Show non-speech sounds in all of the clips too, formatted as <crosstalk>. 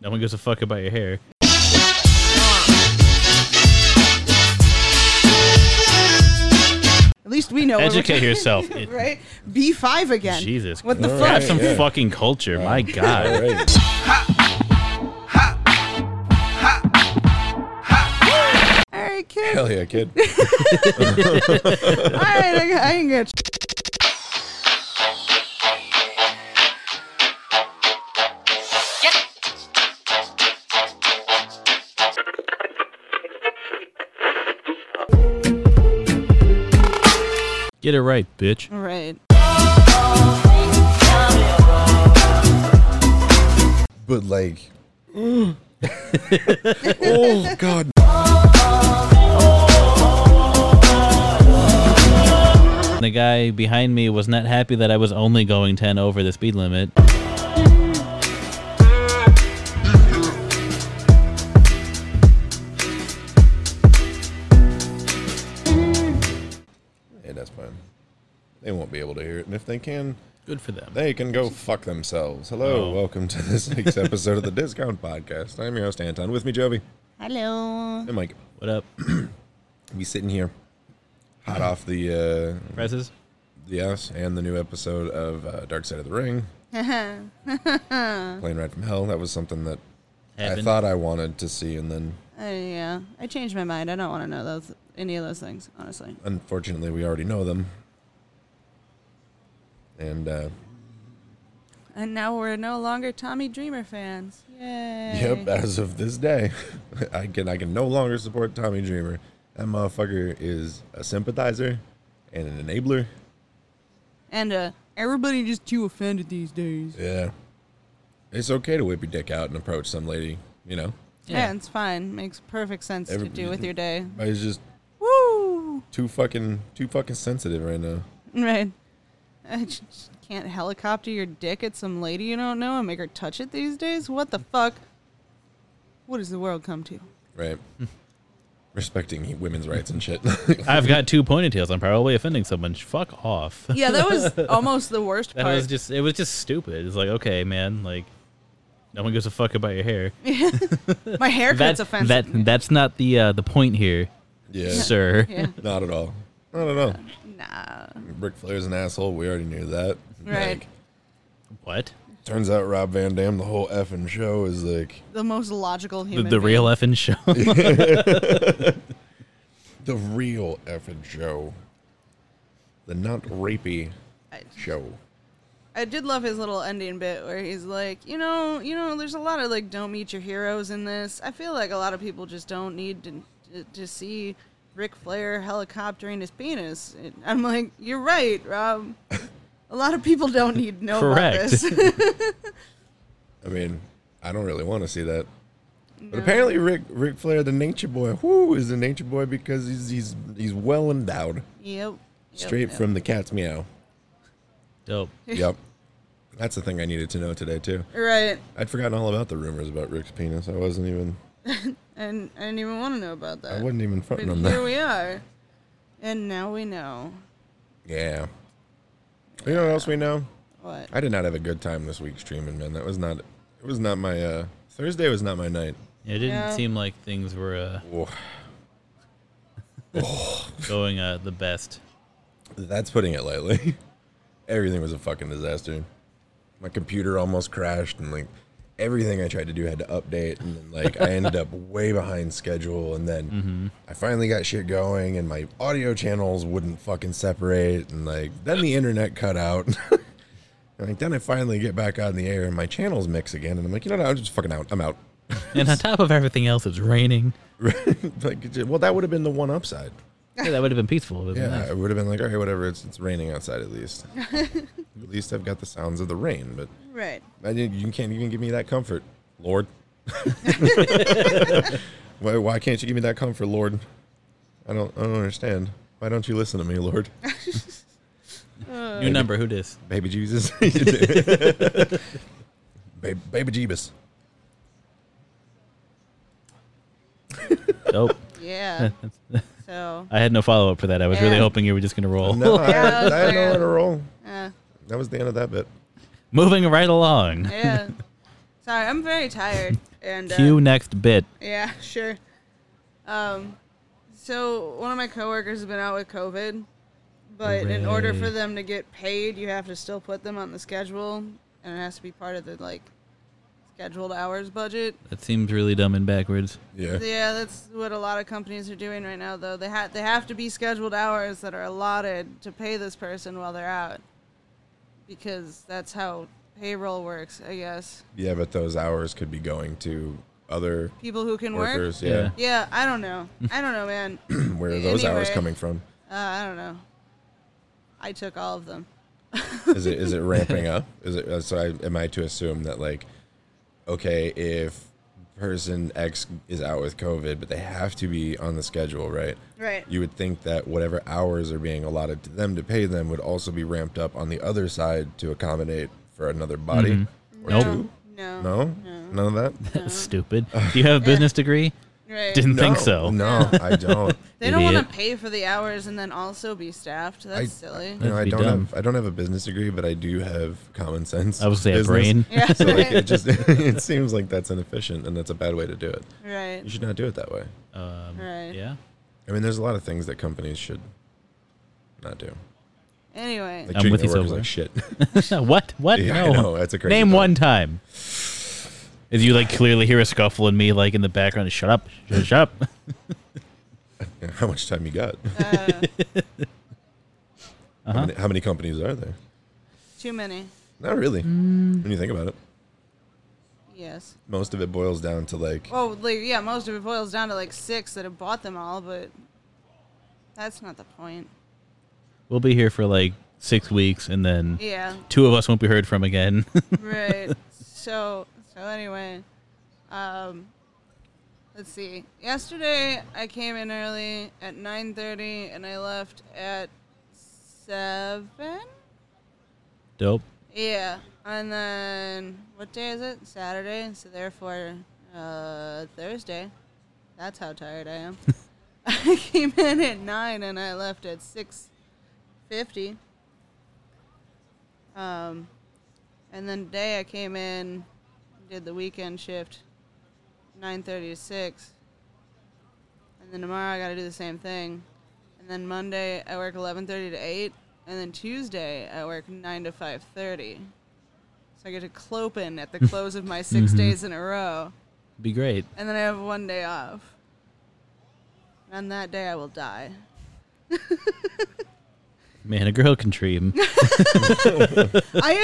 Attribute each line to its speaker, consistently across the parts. Speaker 1: one gives a fuck about your hair.
Speaker 2: At least we know. what we're
Speaker 1: Educate yourself. It-
Speaker 2: <laughs> right? B five again.
Speaker 1: Jesus.
Speaker 2: What the
Speaker 1: Christ.
Speaker 2: fuck?
Speaker 1: Have some
Speaker 3: Yeah.
Speaker 1: fucking culture. My God.
Speaker 3: All right.
Speaker 2: All right, kid. All
Speaker 3: <laughs> Hell yeah, kid.
Speaker 2: right, I, I ain't gonna.
Speaker 1: Get it right, bitch.
Speaker 2: All right.
Speaker 3: But like, oh god.
Speaker 2: Mm.
Speaker 1: The guy behind me was not happy that I was only going 10 over the speed limit.
Speaker 3: Yeah, that's fine. They won't be able to hear it, and if they can,
Speaker 1: Good for them.
Speaker 3: they can go fuck themselves. Hello,
Speaker 1: Oh.
Speaker 3: welcome to this week's episode of the Discount Podcast. I'm your host Anton. With me, Jovi
Speaker 2: Hello.
Speaker 3: and Mike.
Speaker 1: What up?
Speaker 3: We sitting here, hot off the uh,
Speaker 1: Presses?
Speaker 3: Yes, and the new episode of uh, Dark Side of the <laughs> Ring, Plane Ride from Hell. That was something that I
Speaker 1: Happened.
Speaker 3: thought I wanted to see, and then
Speaker 2: Uh, yeah, I changed my mind. I don't want to know those any of those things, honestly.
Speaker 3: unfortunately, we already know them. And uh,
Speaker 2: And now we're no longer Tommy Dreamer fans. Yay.
Speaker 3: yep, as of this day, <laughs> I can I can no longer support Tommy Dreamer. That motherfucker is a sympathizer and an enabler.
Speaker 2: And uh, everybody just too offended these days. Yeah,
Speaker 3: Yeah, it's okay to whip your dick out and approach some lady, you know.
Speaker 2: it's fine. Makes perfect sense
Speaker 3: Every-
Speaker 2: to do with your day.
Speaker 3: But he's just
Speaker 2: Woo!
Speaker 3: too fucking too fucking sensitive right now.
Speaker 2: Right. <laughs> I just can't helicopter your dick at some lady you don't know and make her touch it these days. What the fuck? What does the world come to?
Speaker 3: Right. Respecting women's rights and shit.
Speaker 1: I've got two ponytails. I'm probably offending someone. Fuck off. <laughs>
Speaker 2: Yeah, that was <laughs> almost the worst
Speaker 1: That
Speaker 2: part.
Speaker 1: was just it was just stupid. It's like, okay, man, like no one gives a fuck about your hair.
Speaker 2: My haircut's
Speaker 1: That-
Speaker 2: offensive.
Speaker 1: that that's not the uh, the point here,
Speaker 3: yeah.
Speaker 1: sir.
Speaker 2: yeah.
Speaker 3: Not at all. Not at all.
Speaker 2: Nah.
Speaker 3: Ric Flair's an asshole. We already knew that.
Speaker 2: Right.
Speaker 3: Like,
Speaker 1: What?
Speaker 3: turns out Rob Van Dam, the whole effing show is like
Speaker 2: The most logical
Speaker 1: The,
Speaker 2: human.
Speaker 1: the
Speaker 2: being.
Speaker 1: real effing show.
Speaker 2: <laughs>
Speaker 3: the real effing show. The not rapey
Speaker 2: I-
Speaker 3: show.
Speaker 2: I did love his little ending bit where he's like, you know, you know, there's a lot of like don't meet your heroes in this. I feel like a lot of people just don't need to to, to see Ric Flair helicoptering his penis. And I'm like, you're right, Rob. A lot of people don't need to know about
Speaker 1: Correct.
Speaker 2: this.
Speaker 3: I mean, I don't really want to see that. But apparently, Rick Ric Flair, the Nature Boy, whoo, is the Nature Boy because he's he's he's well endowed,
Speaker 2: yep.
Speaker 3: straight
Speaker 2: yep,
Speaker 3: from the
Speaker 2: <laughs>
Speaker 3: cat's meow.
Speaker 1: Dope.
Speaker 3: yep, that's the thing I needed to know today too.
Speaker 2: yep. right.
Speaker 3: I'd forgotten all about the rumors about Rick's penis. I wasn't even.
Speaker 2: And I didn't even want to know about
Speaker 3: I
Speaker 2: that.
Speaker 3: wasn't even
Speaker 2: Uh, but
Speaker 3: fronting on
Speaker 2: here
Speaker 3: that.
Speaker 2: we are, and now we know
Speaker 3: Yeah. You know what else we know?
Speaker 2: what.
Speaker 3: I did not have a good time this week streaming, man. That was not. It was not my. uh Thursday was not my night.
Speaker 1: It didn't
Speaker 2: Yeah.
Speaker 1: seem like things were uh,
Speaker 3: Whoa.
Speaker 1: going uh, the best.
Speaker 3: That's putting it lightly. <laughs> everything was a fucking disaster. My computer almost crashed, and like everything I tried to do had to update, and then, like I ended up <laughs> way behind schedule. And then I finally got shit going, and my audio channels wouldn't fucking separate, and like then the internet cut out. <laughs> and like then I finally get back on the air, and my channels mix again, and I'm like, you know what? I'm just fucking out. I'm out. <laughs>
Speaker 1: And on top of everything else, it's raining.
Speaker 3: like, it ju- well, that would have been the one upside.
Speaker 1: Yeah, that would have been peaceful. It
Speaker 3: Yeah,
Speaker 1: yeah.
Speaker 3: I would have been like, all right, whatever. It's it's raining outside at least. <laughs> at least I've got the sounds of the rain, but.
Speaker 2: Right.
Speaker 3: I didn't, you can't even give me that comfort, Lord. <laughs> why, why can't you give me that comfort, Lord? I don't, I don't understand. Why don't you listen to me, Lord? <laughs>
Speaker 1: New number. Who dis?
Speaker 3: Baby Jesus. <laughs> baby, baby Jeebus.
Speaker 1: Dope.
Speaker 2: Yeah. so.
Speaker 1: I had no follow up for that. I was really
Speaker 2: Yeah.
Speaker 1: hoping you were just gonna roll.
Speaker 3: No,
Speaker 1: <laughs>
Speaker 2: <laughs>
Speaker 3: I,
Speaker 2: Yeah,
Speaker 3: had- I had
Speaker 2: fair.
Speaker 3: no to roll.
Speaker 2: Uh,
Speaker 3: That was the end of that bit.
Speaker 1: Moving right along.
Speaker 2: Yeah. So Sorry, I'm very tired. And uh,
Speaker 1: Cue next bit.
Speaker 2: Yeah, <laughs> sure. Um, so one of my coworkers has been out with COVID, but in order for
Speaker 1: Hooray.
Speaker 2: them to get paid, you have to still put them on the schedule, and it has to be part of the like scheduled hours budget.
Speaker 1: That seems really dumb and backwards.
Speaker 2: Uh-huh.
Speaker 3: Yeah.
Speaker 2: Yeah, that's what a lot of companies are doing right now, though. They have they have to be scheduled hours that are allotted to pay this person while they're out, because that's how payroll works, I guess.
Speaker 3: Yeah, but those hours could be going to other
Speaker 2: People who can work.
Speaker 3: workers. Yeah.
Speaker 2: Yeah, I don't know. I don't know, man.
Speaker 3: <clears throat> Where are those hours
Speaker 2: Anyway.
Speaker 3: coming from?
Speaker 2: Uh, I don't know. I took all of them.
Speaker 3: Is it is it ramping up? Is it uh, so? I, am I to assume that like, okay, if person X is out with COVID, but they have to be on the schedule, right?
Speaker 2: Right.
Speaker 3: You would think that whatever hours are being allotted to them to pay them would also be ramped up on the other side to accommodate for another body. or
Speaker 1: Mm-hmm. Nope.
Speaker 3: two.
Speaker 2: No.
Speaker 3: No? none of that.
Speaker 1: That's stupid. Do you have a business degree?
Speaker 2: Right.
Speaker 1: <laughs> Didn't think
Speaker 3: No,
Speaker 1: so.
Speaker 3: No, I
Speaker 1: <laughs>
Speaker 3: don't.
Speaker 2: they don't want
Speaker 1: Idiot.
Speaker 2: to pay for the hours and then also be staffed. That's
Speaker 3: I,
Speaker 2: silly.
Speaker 3: <laughs> You know, I
Speaker 1: That'd be
Speaker 3: don't
Speaker 1: dumb.
Speaker 3: have I don't have a business degree, but I do have common sense.
Speaker 1: I would say a
Speaker 3: business.
Speaker 1: brain.
Speaker 2: yeah.
Speaker 3: So like, it
Speaker 2: <laughs>
Speaker 3: just it seems like that's inefficient and that's a bad way to do it.
Speaker 2: right.
Speaker 3: You should not do it that way.
Speaker 1: Um,
Speaker 2: Right.
Speaker 1: Yeah.
Speaker 3: I mean, there's a lot of things that companies should not do.
Speaker 2: Anyway.
Speaker 3: Like
Speaker 1: I'm
Speaker 3: treating
Speaker 1: with
Speaker 3: their
Speaker 1: you so
Speaker 3: workers
Speaker 1: far.
Speaker 2: <laughs>
Speaker 3: like shit.
Speaker 1: <laughs> what? What?
Speaker 3: Yeah, I
Speaker 1: no.
Speaker 3: know, that's a crazy
Speaker 1: Name
Speaker 3: thought.
Speaker 1: one time. If you like clearly hear a scuffle and me like in the background, shut up, shut, shut up. <laughs>
Speaker 3: How much time you got?
Speaker 2: uh, Uh-huh.
Speaker 3: How, many, how many companies are there?
Speaker 2: too many.
Speaker 3: Not really.
Speaker 2: Mm.
Speaker 3: When you think about it,
Speaker 2: Yes.
Speaker 3: most of it boils down to like
Speaker 2: Oh, like, yeah, most of it boils down to like six that have bought them all, but that's not the point.
Speaker 1: We'll be here for like six weeks, and then
Speaker 2: Yeah.
Speaker 1: two of us won't be heard from again. <laughs>
Speaker 2: right. So so anyway, um, let's see. Yesterday I came in early at nine thirty, and I left at seven.
Speaker 1: Dope.
Speaker 2: Yeah, and then what day is it? Saturday. So therefore, uh, Thursday. That's how tired I am. I came in at nine and I left at six fifty. Um, and then today I came in, did the weekend shift, nine thirty to six. And then tomorrow I got to do the same thing. And then Monday I work 11:30 to 8, and then Tuesday I work 9 to 5:30. So I get to clope in at the
Speaker 1: <laughs>
Speaker 2: close of my
Speaker 1: Mm-hmm.
Speaker 2: 6 days in a row,
Speaker 1: Be great.
Speaker 2: and then I have one day off. And on that day I will die.
Speaker 1: Man, a girl can dream.
Speaker 2: I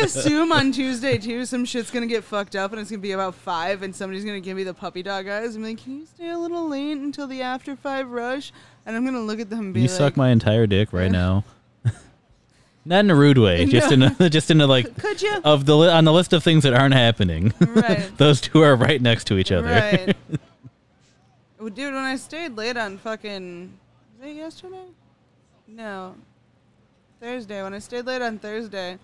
Speaker 1: <laughs>
Speaker 2: assume on Tuesday too some shit's going to get fucked up and it's going to be about 5 and somebody's going to give me the puppy dog eyes and be like, "Can you stay a little late until the after 5 rush?" And I'm going to look at them and <laughs> be
Speaker 1: you
Speaker 2: like,
Speaker 1: suck my entire dick right now. <laughs> Not in a rude way, just in a, just in a like
Speaker 2: "Could
Speaker 1: <laughs>
Speaker 2: you?"
Speaker 1: of the li- on the list of things that aren't happening. <laughs>
Speaker 2: Right.
Speaker 1: Those two are right next to each other.
Speaker 2: Right. well, dude, when I stayed late on fucking. Was it yesterday? No. Thursday. When I stayed late on Thursday,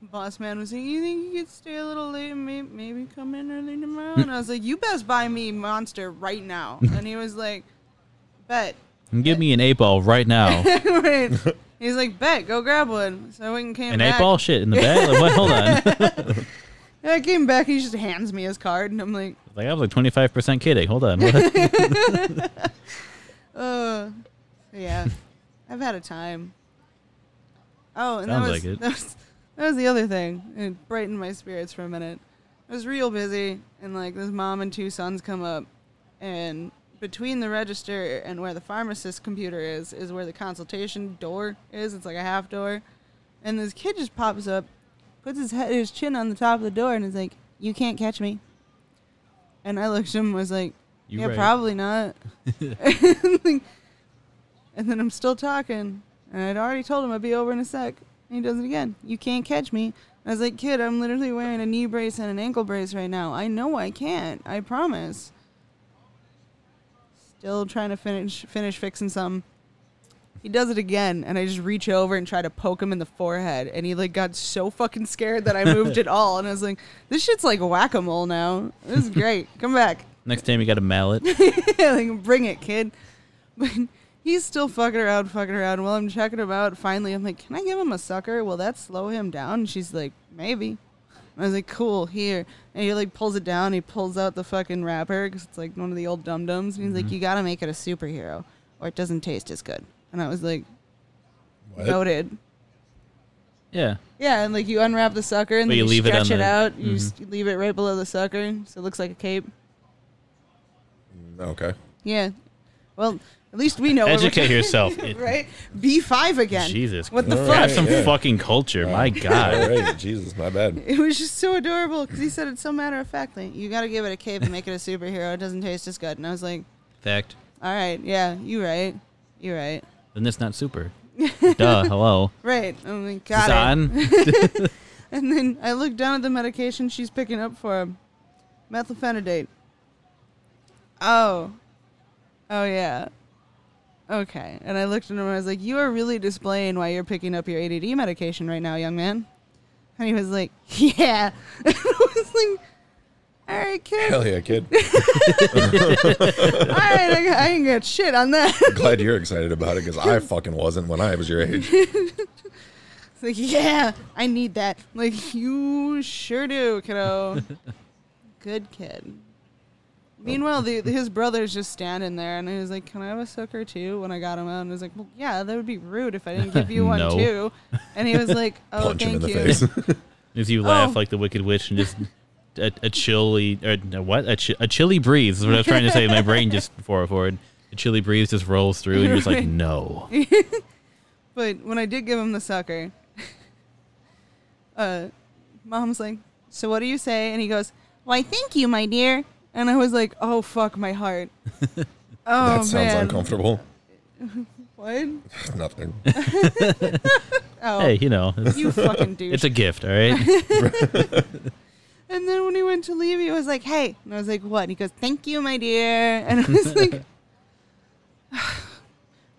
Speaker 2: boss man was like, You think you could stay a little late and may- maybe come in early tomorrow? and I was like, You best buy me Monster right
Speaker 1: <laughs>
Speaker 2: now. and he was like, Bet.
Speaker 1: <laughs>
Speaker 2: <laughs>
Speaker 1: Give me an eight ball right now.
Speaker 2: Right. He's like, Bet, go grab one. So I went and came
Speaker 1: An
Speaker 2: back.
Speaker 1: eight ball? Shit in the bag? Like, what? Hold
Speaker 2: <laughs>
Speaker 1: on. <laughs>
Speaker 2: And I came back, he just hands me his card, and I'm like,
Speaker 1: Like I was like twenty five percent kidding. Hold on.
Speaker 2: <laughs>
Speaker 1: What?
Speaker 2: Uh, yeah, <laughs> I've had a time. Oh, and
Speaker 1: Sounds
Speaker 2: that,
Speaker 1: like
Speaker 2: was,
Speaker 1: it.
Speaker 2: <laughs> that was that was the other thing. It brightened my spirits for a minute. I was real busy, and like this mom and two sons come up, and between the register and where the pharmacist computer is, is where the consultation door is. It's like a half door, and this kid just pops up, puts his head, his chin on the top of the door, and is like, "You can't catch me." And I looked at him, and was like,
Speaker 1: You
Speaker 2: "Yeah,
Speaker 1: right."
Speaker 2: probably not." <laughs> and then I'm still talking, and I'd already told him I'd be over in a sec. And he does it again. You can't catch me. And I was like, kid, I'm literally wearing a knee brace and an ankle brace right now. I know I can't. I promise. Still trying to finish finish fixing some. He does it again, and I just reach over and try to poke him in the forehead, and he like got so fucking scared that I moved at all, and I was like, "This shit's like whack a mole now. This is great. Come back."
Speaker 1: Next time you got a mallet.
Speaker 2: <laughs> like, bring it, kid. But he's still fucking around, fucking around. While I'm checking him out, finally, I'm like, can I give him a sucker? Will that slow him down? And she's like, maybe. I was like, cool, here. And he like pulls it down. He pulls out the fucking wrapper because it's like one of the old dum dums. And he's
Speaker 1: Mm-hmm.
Speaker 2: like, you gotta make it a superhero or it doesn't taste as good. And I was like,
Speaker 3: What?
Speaker 2: noted.
Speaker 1: Yeah.
Speaker 2: Yeah, and like you unwrap the sucker and
Speaker 1: But
Speaker 2: then
Speaker 1: you
Speaker 2: you,
Speaker 1: leave it
Speaker 2: stretch
Speaker 1: on
Speaker 2: it,
Speaker 1: the- Mm-hmm.
Speaker 2: out. You s leave it right below the sucker, so it looks like a cape.
Speaker 3: Okay.
Speaker 2: <laughs> Yeah. Well, at least we know. what we're-
Speaker 1: Educate
Speaker 2: <laughs>
Speaker 1: yourself.
Speaker 2: right? B five again.
Speaker 1: Jesus.
Speaker 2: What the
Speaker 3: All
Speaker 2: fuck?
Speaker 1: Have some
Speaker 3: Yeah.
Speaker 1: fucking culture. My
Speaker 3: All <laughs>
Speaker 1: God.
Speaker 3: right. Jesus, my bad.
Speaker 2: It was just so adorable because he said it so matter of factly. You got to give it a cape and make it a superhero. It doesn't taste as good. And I was like,
Speaker 1: Fact.
Speaker 2: all right, yeah, you right, you right,
Speaker 1: Then it's not
Speaker 2: <laughs>
Speaker 1: super. Duh. Hello.
Speaker 2: right. Oh I'm like, got it.
Speaker 1: Zan.
Speaker 2: <laughs> And then I looked down at the medication she's picking up for him, methylphenidate. Oh, oh yeah. Okay. And I looked at him and I was like, "You are really displaying why you're picking up your ADD medication right now, young man." And he was like, <laughs> "Yeah." and I was like, "All right, kid.
Speaker 3: Hell
Speaker 2: <laughs>
Speaker 3: yeah, kid.
Speaker 2: All right, I, I ain't got shit on that."
Speaker 3: Glad you're excited about it because I fucking wasn't when I was your age.
Speaker 2: It's like, yeah, I need that. I'm like, you sure do,
Speaker 3: <laughs>
Speaker 2: kiddo. Good kid. Meanwhile, the, his brother's just standing there, and he was like, "Can I have a sucker too?" When I got him out, and I was like, "Well, yeah, that would be rude if I didn't give
Speaker 3: <laughs>
Speaker 2: you one
Speaker 1: No.
Speaker 2: too." And he was like, "Oh,
Speaker 3: Punch him
Speaker 2: thank
Speaker 3: in the
Speaker 2: you."
Speaker 3: face. <laughs>
Speaker 1: As you laugh
Speaker 2: Oh.
Speaker 1: like the Wicked Witch and just a, a chilly or no, what a, chi- a chilly breeze is what I was trying to say. My brain just forward forward. A chilly breeze just rolls through and you're just like
Speaker 2: Right.
Speaker 1: no.
Speaker 2: <laughs> But when I did give him the sucker, <laughs> uh, mom's like, "So what do you say?" And he goes, "Why, thank you, my dear." And I was like, "Oh fuck, my heart." oh
Speaker 3: <laughs> that sounds
Speaker 2: man,
Speaker 3: uncomfortable. <laughs>
Speaker 2: what?
Speaker 3: Nothing.
Speaker 2: Oh,
Speaker 1: Hey, you know it's,
Speaker 2: you fucking douche.
Speaker 1: it's a gift, all right.
Speaker 2: And then when he went to leave, he was like, "Hey," and I was like, "What?" And he goes, "Thank you, my dear." And I was like, <sighs>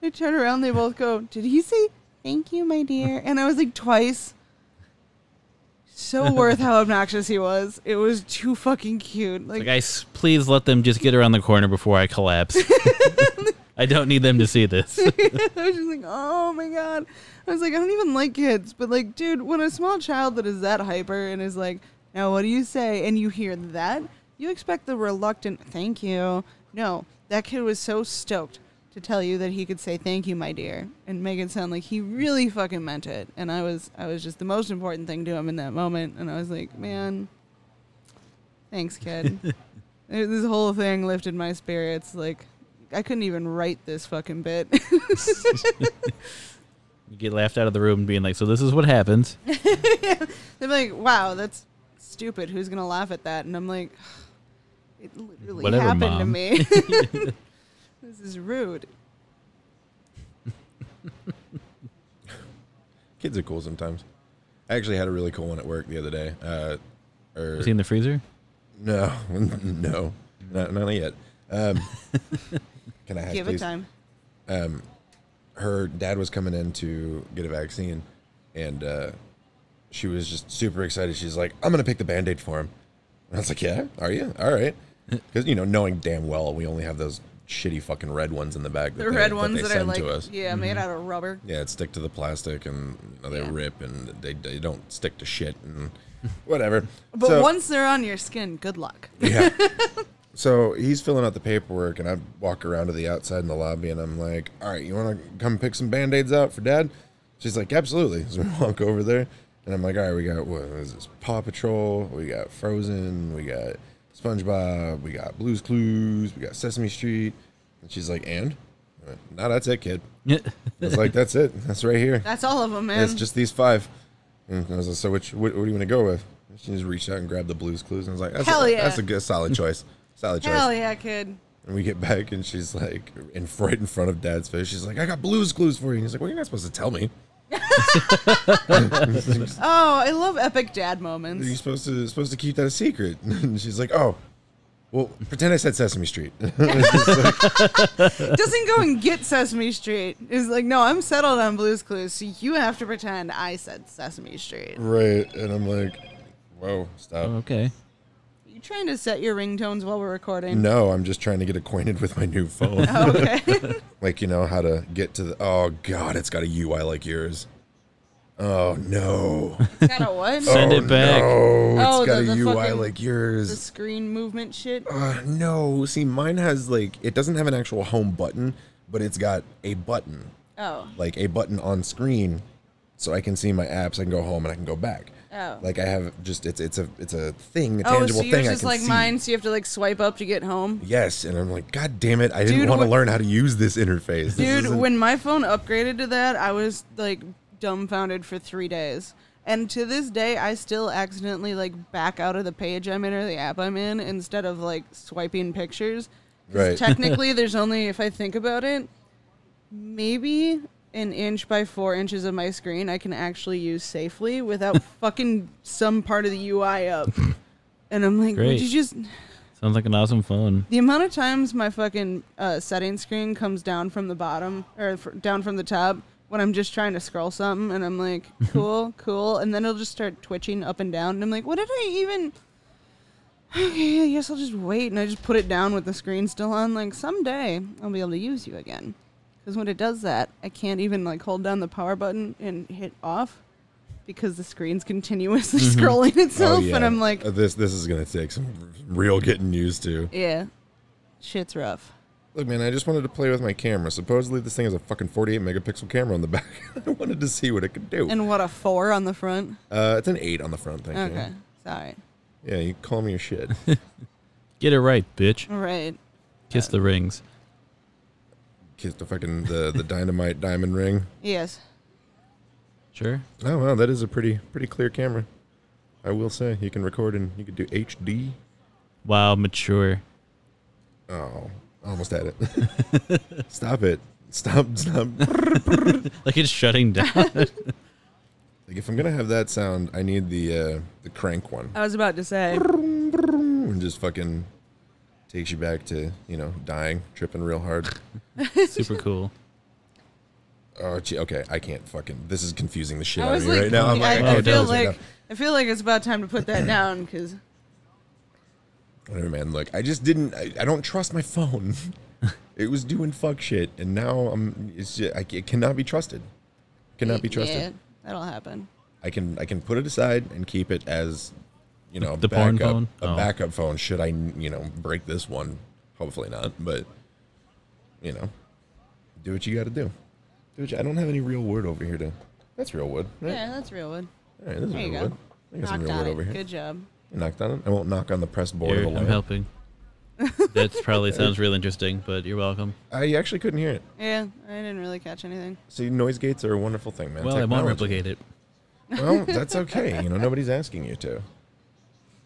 Speaker 2: I turn around, they both go, "Did he say thank you, my dear?" And I was like, twice. So worth how obnoxious he was. It was too fucking cute. Like,
Speaker 1: Like, I s please let them just get around the corner before I collapse. I don't need them to see this.
Speaker 2: <laughs> I was just like, oh my god. I was like, I don't even like kids, but like, dude, when a small child that is that hyper and is like, now what do you say? And you hear that, you expect the reluctant thank you. No, that kid was so stoked to tell you that he could say thank you, my dear, and make it sound like he really fucking meant it. And I was, I was just the most important thing to him in that moment. And I was like, man, thanks, kid. this whole thing lifted my spirits. Like, I couldn't even write this fucking bit.
Speaker 1: You get laughed out of the room being like, so this is what happens.
Speaker 2: They're like, wow, that's stupid. Who's going to laugh at that? And I'm like, it literally
Speaker 1: Whatever,
Speaker 2: happened to
Speaker 1: Mom. <laughs>
Speaker 2: me. <laughs> this is rude.
Speaker 3: Kids are cool sometimes. I actually had a really cool one at work the other day. Uh, or
Speaker 1: Was he in the freezer? <laughs>
Speaker 3: no, <laughs> no, not, not yet. Um, <laughs> can I have
Speaker 2: Give
Speaker 3: please?
Speaker 2: it time.
Speaker 3: um, her dad was coming in to get a vaccine, and uh, she was just super excited. She's like, "I'm gonna pick the Band-Aid for him." And I was like, "Yeah, are you? All
Speaker 1: <laughs>
Speaker 3: right." Because you know, knowing damn well we only have those shitty fucking red ones in the bag. That
Speaker 2: The
Speaker 3: they-
Speaker 2: red
Speaker 3: that
Speaker 2: ones
Speaker 3: they
Speaker 2: that are
Speaker 3: send
Speaker 2: like,
Speaker 3: to us.
Speaker 2: yeah,
Speaker 1: Mm-hmm.
Speaker 2: made out of rubber.
Speaker 3: Yeah, it stick to the plastic, and you know, they
Speaker 2: Yeah.
Speaker 3: rip, and they, they don't stick to shit,
Speaker 2: <laughs>
Speaker 3: and whatever.
Speaker 2: But
Speaker 3: So-
Speaker 2: once they're on your skin, good luck. <laughs>
Speaker 3: yeah. So he's filling out the paperwork, and I walk around to the outside in the lobby, and I'm like, "All right, you want to come pick some band aids out for Dad?" She's like, "Absolutely." So <laughs> we walk over there, and I'm like, "All right, we got what is this? Paw Patrol, we got Frozen, we got SpongeBob, we got Blue's Clues, we got Sesame Street." And she's like, "And?" I went, No, that's it, kid. I was like, "That's it. That's right here."
Speaker 2: That's all of them, man.
Speaker 3: It's just these five. And I was like, so which, what, what do you want to go with? And she just reached out and grabbed the Blues Clues, and I was like, that's
Speaker 2: Hell
Speaker 3: a,
Speaker 2: yeah.
Speaker 3: that's a good solid choice, solid choice.
Speaker 2: Hell yeah, kid.
Speaker 3: And we get back, and she's like, in right in front of Dad's face, she's like, I got Blues Clues for you. And he's like, well, you're not supposed to tell me.
Speaker 2: Oh, I love epic dad <laughs> moments.
Speaker 3: You're supposed to supposed to keep that a secret. <laughs> And she's like, oh. Well, pretend I said Sesame Street. <laughs>
Speaker 2: doesn't go and get Sesame Street. Is like, no, I'm settled on Blue's Clues, so you have to pretend I said Sesame Street. Are
Speaker 3: right. And I'm like, Uh, whoa, stop.
Speaker 1: Okay.
Speaker 2: you trying to set your ringtones while we're recording?
Speaker 3: No, I'm just trying to get acquainted with my
Speaker 2: <laughs>
Speaker 3: new phone.
Speaker 2: Okay.
Speaker 3: oh like, you know, how to get to the, oh, God, it's got a UI like yours. Oh no!
Speaker 2: Got a
Speaker 1: <laughs>
Speaker 2: what?
Speaker 1: Send
Speaker 3: <laughs> oh,
Speaker 1: it back.
Speaker 3: No, it's
Speaker 2: Oh,
Speaker 3: got
Speaker 2: the-
Speaker 3: a
Speaker 2: the
Speaker 3: UI
Speaker 2: fucking-
Speaker 3: like
Speaker 2: the
Speaker 3: yours.
Speaker 2: screen movement shit.
Speaker 3: Uh, no, see, mine has like it doesn't have an actual home button, but it's got a button,
Speaker 2: Oh,
Speaker 3: like a button on screen, so I can see my apps. I can go home and I can go back.
Speaker 2: oh.
Speaker 3: Like I have just it's it's a it's a thing, a
Speaker 2: Oh,
Speaker 3: tangible
Speaker 2: so
Speaker 3: thing
Speaker 2: yours
Speaker 3: I
Speaker 2: is
Speaker 3: can
Speaker 2: like
Speaker 3: see.
Speaker 2: mine, so you have to like swipe up to get home.
Speaker 3: Yes, and I'm like, God damn it! I
Speaker 2: Dude,
Speaker 3: didn't want to
Speaker 2: wh-
Speaker 3: learn how to use this interface. This
Speaker 2: Dude,
Speaker 3: isn't-
Speaker 2: when my phone upgraded to that, I was like dumbfounded for three days. And to this day, I still accidentally like back out of the page I'm in or the app I'm in instead of like swiping pictures. 'Cause
Speaker 3: Right. <laughs>
Speaker 2: Technically, there's only, if I think about it, maybe an inch by four inches of my screen I can actually use safely
Speaker 3: <laughs>
Speaker 2: without fucking some part of the UI up. And I'm like,
Speaker 1: Great.
Speaker 2: would you just
Speaker 1: Sounds like an awesome phone.
Speaker 2: the amount of times my fucking uh, setting screen comes down from the bottom or f- down from the top when I'm just trying to scroll something and I'm like, cool, cool. And then it'll just start twitching up and down. And I'm like, what did I even. <sighs> Okay, I guess I'll just wait. And I just put it down with the screen still on. Like, someday I'll be able to use you again. Because when it does that, I can't even like hold down the power button and hit off because the screen's continuously <laughs> scrolling itself. And I'm like,
Speaker 3: Uh, this this is gonna take some r- real getting used to.
Speaker 2: yeah, shit's rough.
Speaker 3: Look, man, I just wanted to play with my camera. Supposedly, this thing has a fucking 48 megapixel camera on the back. <laughs> I wanted to see what it could do.
Speaker 2: And what a four on the front.
Speaker 3: uh, it's an eight on the front, thank
Speaker 2: Okay,
Speaker 3: you.
Speaker 2: sorry.
Speaker 3: Yeah, you call me your shit. <laughs>
Speaker 1: Get it right, bitch.
Speaker 2: All right.
Speaker 1: Kiss the rings.
Speaker 3: Kiss the fucking the, the dynamite diamond ring.
Speaker 2: Yes.
Speaker 1: Sure.
Speaker 3: Oh wow, that is a pretty pretty clear camera. I will say you can record and you can do HD.
Speaker 1: Wow, mature.
Speaker 3: Oh, I almost had it. <laughs> stop it. Stop. Stop. <laughs>
Speaker 1: Like it's shutting down.
Speaker 3: Like if I'm gonna have that sound, I need the uh, the crank one.
Speaker 2: I was about to say.
Speaker 3: And just fucking takes you back to you know dying, tripping real hard.
Speaker 1: Super cool.
Speaker 3: Oh, gee, okay, I can't fucking. This is confusing the
Speaker 2: <laughs>
Speaker 3: shit
Speaker 2: I
Speaker 3: out of
Speaker 2: was
Speaker 3: me
Speaker 2: like,
Speaker 3: right now.
Speaker 2: I,
Speaker 3: I'm like,
Speaker 1: oh,
Speaker 2: I
Speaker 1: it
Speaker 3: can't do
Speaker 2: feel
Speaker 1: does,
Speaker 3: this right
Speaker 2: like I feel like it's about time to put that down because
Speaker 3: now. whatever, man. Look, I just didn't. I, I don't trust my phone. <laughs> it was doing fuck shit, and now I'm. It's just, I, ca- it cannot be trusted. <laughs> Cannot be trusted.
Speaker 2: that'll happen.
Speaker 3: I can I can put it aside and keep it as you know a
Speaker 1: The porn
Speaker 3: backup
Speaker 1: phone?
Speaker 3: a
Speaker 1: Oh.
Speaker 3: backup phone should I you know break this one hopefully not but you know do what you got to do. do what you, I don't have any real wood over here to that's real wood right?
Speaker 2: Yeah, that's real wood.
Speaker 3: all right this is
Speaker 2: there you
Speaker 3: real
Speaker 2: go.
Speaker 3: wood I got some
Speaker 2: Knocked
Speaker 3: real
Speaker 2: on
Speaker 3: wood
Speaker 2: it.
Speaker 3: over here
Speaker 2: Good job.
Speaker 3: I knocked on it I won't knock on the pressed board
Speaker 1: Here,
Speaker 3: of the
Speaker 1: I'm
Speaker 3: lamp.
Speaker 1: helping.
Speaker 3: <laughs>
Speaker 1: That probably sounds real interesting, but you're welcome.
Speaker 3: I actually couldn't hear it
Speaker 2: Yeah, I didn't really catch anything.
Speaker 3: see noise gates are a wonderful thing man
Speaker 1: Well, I won't
Speaker 3: Technology.
Speaker 1: replicate it.
Speaker 3: well that's okay you know nobody's asking you to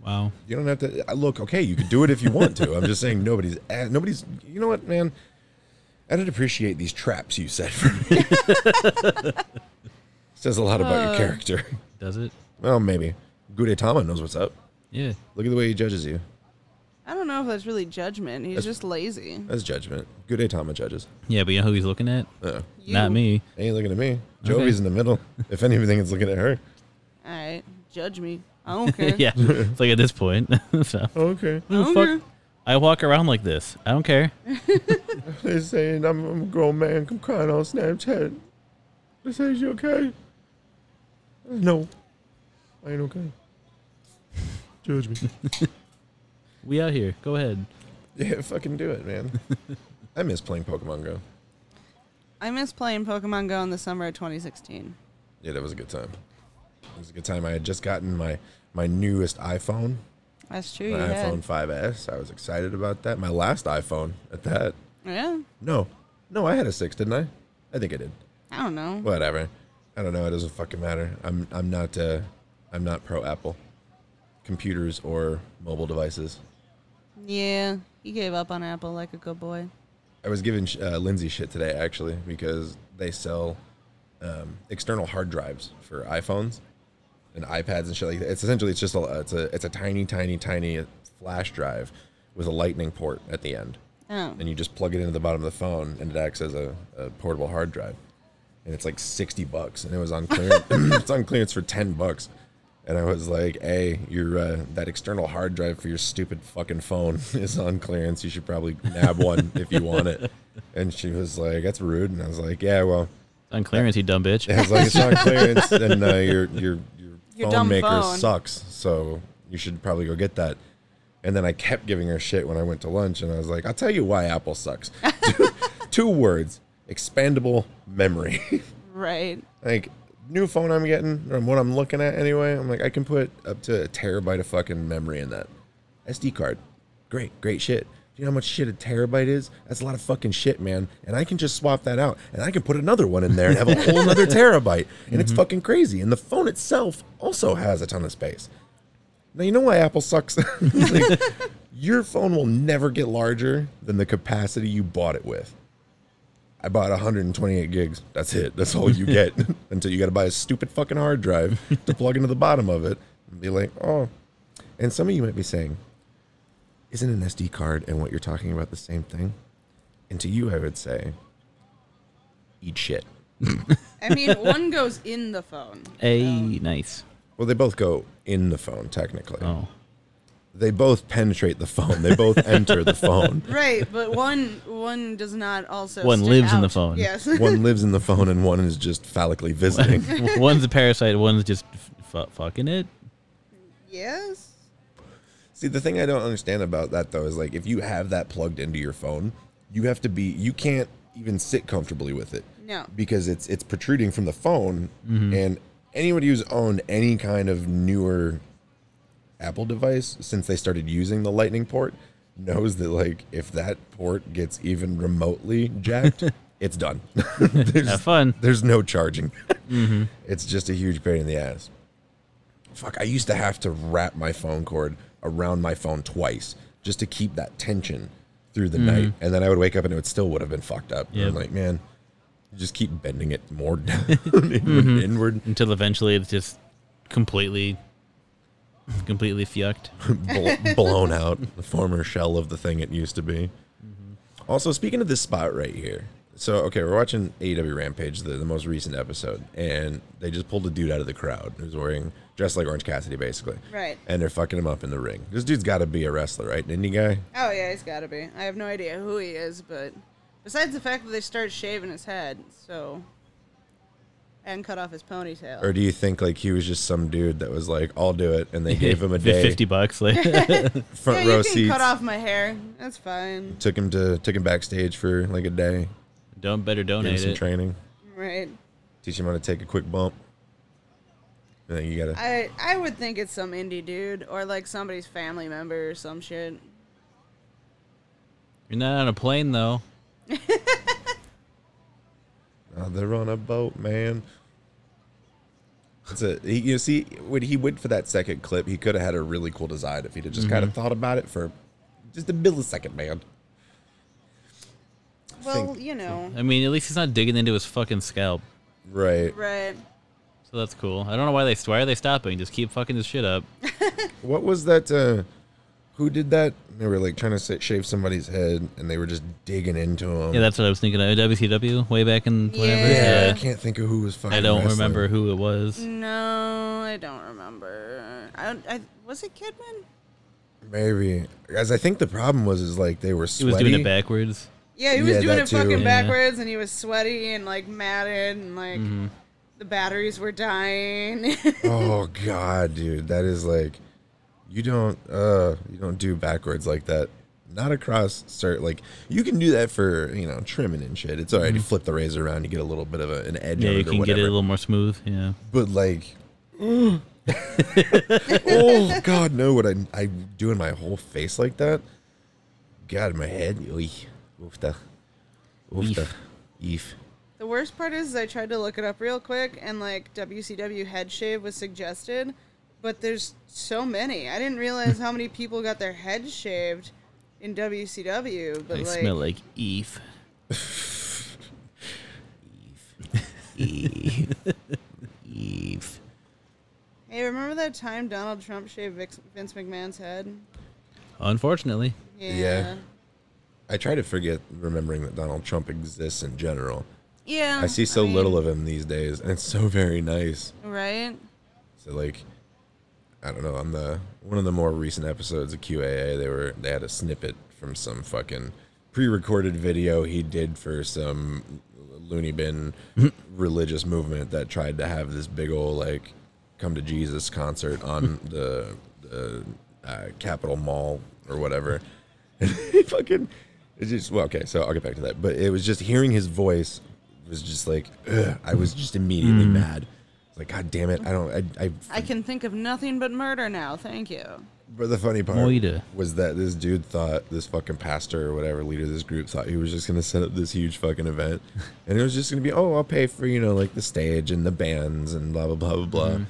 Speaker 1: Wow.
Speaker 3: You don't have to I- look. Okay, you could do it if you want to. I'm just saying nobody's a- nobody's. You know what, man? I did appreciate these traps you set for me. <laughs> Says a lot about your character.
Speaker 1: Does it?
Speaker 3: Well, maybe Gudetama knows what's up.
Speaker 1: Yeah.
Speaker 3: Look at the way he judges you.
Speaker 2: I don't know if that's really judgment. He's just lazy.
Speaker 3: That's judgment. Gudetama judges.
Speaker 1: Yeah, but you know who he's looking at?
Speaker 3: Uh,
Speaker 2: You.
Speaker 1: Not me.
Speaker 3: he ain't looking at me.
Speaker 1: Okay.
Speaker 3: Jovi's in the middle. If anything, it's looking at her.
Speaker 2: All right, judge me. I
Speaker 1: <laughs>
Speaker 2: don't care.
Speaker 1: yeah. It's like at this point. <laughs> so,
Speaker 3: Okay.
Speaker 2: I don't
Speaker 1: fuck?
Speaker 2: care.
Speaker 1: I walk around like this. I don't care.
Speaker 3: They're saying I'm, I'm a grown man. I'm crying on Snapchat. They say you okay? No, I ain't okay. <laughs> Judge me.
Speaker 1: We out here. Go ahead.
Speaker 3: yeah, fucking do it, man. <laughs> I miss playing Pokemon Go.
Speaker 2: I miss playing Pokemon Go in the summer of 2016.
Speaker 3: Yeah, that was a good time. It was a good time. I had just gotten my my newest iPhone,
Speaker 2: That's true.
Speaker 3: my
Speaker 2: You
Speaker 3: iPhone
Speaker 2: had.
Speaker 3: 5S. I was excited about that. My last iPhone at that.
Speaker 2: Yeah.
Speaker 3: No, no, I had a six, didn't I? I think I did.
Speaker 2: I don't know.
Speaker 3: whatever. I don't know. It doesn't fucking matter. I'm I'm not uh, I'm not pro Apple, computers or mobile devices.
Speaker 2: Yeah, he gave up on Apple like a good boy.
Speaker 3: I was giving uh, Lindsay shit today actually because they sell um, external hard drives for iPhones and iPads and shit like that. It's essentially it's just a it's a it's a tiny tiny tiny flash drive with a lightning port at the end.
Speaker 2: Oh.
Speaker 3: and you just plug it into the bottom of the phone and it acts as a, a portable hard drive and it's like 60 bucks and it was on clearance <coughs> it's on clearance for 10 bucks and i was like hey your uh, that external hard drive for your stupid fucking phone <laughs> is on clearance you should probably nab one if you want it and she was like that's rude and i was like yeah well
Speaker 1: on clearance, you dumb bitch.
Speaker 3: It's like it's on clearance, and uh, your your your,
Speaker 2: Your
Speaker 3: phone
Speaker 2: dumb
Speaker 3: maker
Speaker 2: phone.
Speaker 3: sucks. So you should probably go get that. And then I kept giving her shit when I went to lunch, and I was like, "I'll tell you why Apple sucks." <laughs> two, two words: expandable memory.
Speaker 2: Right.
Speaker 3: like new phone I'm getting, or what I'm looking at anyway. I'm like, I can put up to a terabyte of fucking memory in that SD card. Great, great shit. Do you know how much shit a terabyte is? That's a lot of fucking shit, man. And I can just swap that out, and I can put another one in there and have a whole another terabyte, and it's fucking crazy. And the phone itself also has a ton of space. Now you know why Apple sucks. <laughs> Like, your phone will never get larger than the capacity you bought it with. I bought 128 gigs. That's it. That's all you get <laughs> until you got to buy a stupid fucking hard drive to plug into the bottom of it and be like, oh. And some of you might be saying, isn't an SD card and what you're talking about the same thing? And to you, I would say, eat shit.
Speaker 2: I mean, one goes in the phone.
Speaker 1: Hey, nice.
Speaker 3: Well, they both go in the phone, technically.
Speaker 1: Oh, <laughs>
Speaker 3: They both penetrate the phone, they both enter the phone.
Speaker 2: Right, but one one does not also
Speaker 1: One
Speaker 2: stick
Speaker 1: lives in the
Speaker 2: out.
Speaker 1: phone.
Speaker 2: Yes. <laughs>
Speaker 3: One lives in the phone and one is just phallically visiting.
Speaker 1: one's a parasite. One's just f- f- fucking it.
Speaker 2: yes.
Speaker 3: See, the thing I don't understand about that though is like if you have that plugged into your phone, you have to be you can't even sit comfortably with it.
Speaker 2: No.
Speaker 3: Because it's it's protruding from the phone and anybody who's owned any kind of newer Apple device since they started using the lightning port knows that like if that port gets even remotely jacked, it's done. <laughs> There's-
Speaker 1: Have fun.
Speaker 3: there's no charging. It's just a huge pain in the ass. Fuck, I used to have to wrap my phone cord around my phone twice just to keep that tension through the night. And then I would wake up and it would still would have been fucked up. And I'm
Speaker 1: Yep.
Speaker 3: like, man, you just keep bending it more <laughs> down inward, inward,
Speaker 1: until eventually it's just completely, completely fucked.
Speaker 2: <laughs>
Speaker 3: bl- blown out, the former shell of the thing it used to be.
Speaker 2: Mm-hmm.
Speaker 3: Also, speaking of this spot right here. So, okay, we're watching AEW Rampage, the, the most recent episode, and they just pulled a dude out of the crowd who's wearing, dressed like Orange Cassidy, basically.
Speaker 2: Right.
Speaker 3: And they're fucking him up in the ring. This dude's got to be a wrestler, right? An indie guy?
Speaker 2: Oh yeah, he's got to be. I have no idea who he is, but besides the fact that they started shaving his head, so and cut off his ponytail.
Speaker 3: Or do you think, like, he was just some dude that was like, I'll do it,
Speaker 2: <laughs>
Speaker 3: and they gave him a
Speaker 1: F-
Speaker 3: day,
Speaker 1: Fifty bucks. Like
Speaker 2: yeah,
Speaker 3: front
Speaker 2: you
Speaker 3: row
Speaker 2: can
Speaker 3: seats,
Speaker 2: cut off my hair. That's fine.
Speaker 3: took him to, took him backstage for, like, a day,
Speaker 1: don't better
Speaker 3: gave him
Speaker 1: donate
Speaker 3: some
Speaker 1: it.
Speaker 3: training,
Speaker 2: Right.
Speaker 3: teach him how to take a quick bump. And then you got to...
Speaker 2: I I would think it's some indie dude or like somebody's family member or some shit.
Speaker 1: You're not on a plane though.
Speaker 3: Oh, they're on a boat, man. It's a he, you see when he went for that second clip, he could have had a really cool design if he'd have just kind of thought about it for just a millisecond, man.
Speaker 2: Well,
Speaker 3: Think-
Speaker 2: you know.
Speaker 1: I mean, at least he's not digging into his fucking scalp.
Speaker 3: Right.
Speaker 2: Right.
Speaker 1: So that's cool. I don't know why they why are they stopping? Just keep fucking this shit up.
Speaker 3: What was that? Uh, who did that? They were like trying to sa- shave somebody's head, and they were just digging into him.
Speaker 1: Yeah, that's what I was thinking. of. WCW way back in whatever.
Speaker 2: Yeah.
Speaker 3: yeah. I can't think of who was fucking.
Speaker 1: I don't
Speaker 3: wrestling.
Speaker 1: remember who it was.
Speaker 2: Mm. No, I don't remember. I, don't- I was it Kidman?
Speaker 3: Maybe, guys. I think the problem was is like they were
Speaker 1: He
Speaker 3: sweaty.
Speaker 1: was doing it backwards.
Speaker 2: Yeah, he was
Speaker 3: Yeah, Mm-hmm.
Speaker 2: doing
Speaker 3: that
Speaker 2: it
Speaker 3: too.
Speaker 2: fucking
Speaker 1: Yeah.
Speaker 2: backwards, and he was sweaty and like matted, and like
Speaker 1: Mm-hmm.
Speaker 2: the batteries were dying. <laughs>
Speaker 3: oh god dude that is like you don't uh you don't do backwards like that not across cert like you can do that for you know trimming and shit it's all right you flip the razor around you get a little bit of a, an edge
Speaker 1: Mm-hmm. Yeah,
Speaker 3: on
Speaker 1: you
Speaker 3: it or
Speaker 1: can
Speaker 3: whatever
Speaker 1: get it a little more smooth. Yeah.
Speaker 3: but
Speaker 1: <laughs>
Speaker 3: like <laughs> oh god no what I, I doing my whole face like that god my head Oy. Oofta. Oofta. Eef.
Speaker 2: the worst part is, I tried to look it up real quick, and like WCW head shave was suggested, but there's so many. I didn't realize how many people got their heads shaved in WCW, but
Speaker 1: I
Speaker 2: like,
Speaker 1: smell like Eve. Eve. Eve.
Speaker 2: hey, remember that time Donald Trump shaved Vic- Vince McMahon's head?
Speaker 1: Unfortunately. <laughs>
Speaker 2: Yeah.
Speaker 3: Yeah. I try to forget remembering that Donald Trump exists in general.
Speaker 2: Yeah,
Speaker 3: I see so
Speaker 2: mean,
Speaker 3: little of him these days, and it's so very nice.
Speaker 2: Right.
Speaker 3: So like, I don't know. On the one of the more recent episodes of QAA, they were they had a snippet from some fucking pre-recorded video he did for some loony bin religious movement that tried to have this big old like come to Jesus concert on the the uh, Capitol Mall or whatever. <laughs> fucking it's just well okay so i'll get back to that but it was just hearing his voice was just like ugh, i was just immediately mad It's like god damn it i don't i, I,
Speaker 2: I can think of nothing but murder now. Thank you. Oh
Speaker 3: but the funny part
Speaker 1: Moida.
Speaker 3: was that this dude thought this fucking pastor or whatever leader of this group thought he was just gonna set up this huge fucking event and it was just gonna be oh i'll pay for you know like the stage and the bands and blah blah blah blah blah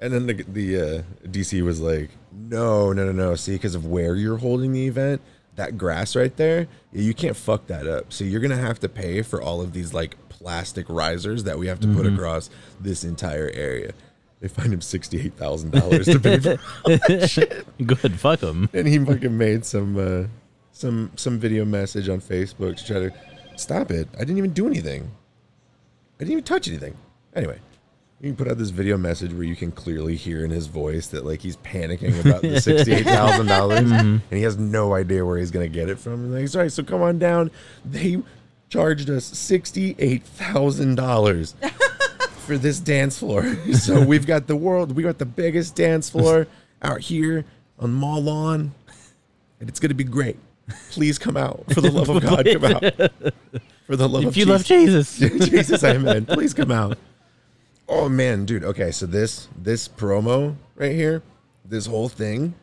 Speaker 3: and then the, the uh, dc was like no no no no see because of where you're holding the event that grass right there you can't fuck that up so you're gonna have to pay for all of these like plastic risers that we have to put across this entire area they fined him $68000 to pay for
Speaker 1: Good, fuck him.
Speaker 3: <laughs> and he fucking made some uh, some some video message on Facebook to try to stop it. I didn't even do anything. I didn't even touch anything. Anyway, you can put out this video message where you can clearly hear in his voice that like he's panicking
Speaker 1: <laughs>
Speaker 3: about the sixty-eight thousand
Speaker 1: Mm-hmm.
Speaker 3: dollars, and he has no idea where he's gonna get it from. And like, sorry, so come on down. They charged us sixty-eight
Speaker 1: <laughs>
Speaker 3: thousand dollars for this dance floor. <laughs> so we've got the world, we got the biggest dance floor
Speaker 1: <laughs>
Speaker 3: out here on Mall Lawn, and it's gonna be great. Please come out for
Speaker 1: <laughs>
Speaker 3: the love of God, come out for the love of
Speaker 1: If you
Speaker 3: Jesus.
Speaker 1: love Jesus.
Speaker 3: <laughs> Jesus, amen. Please come out. Oh man, dude. Okay, so this this promo right here, this whole thing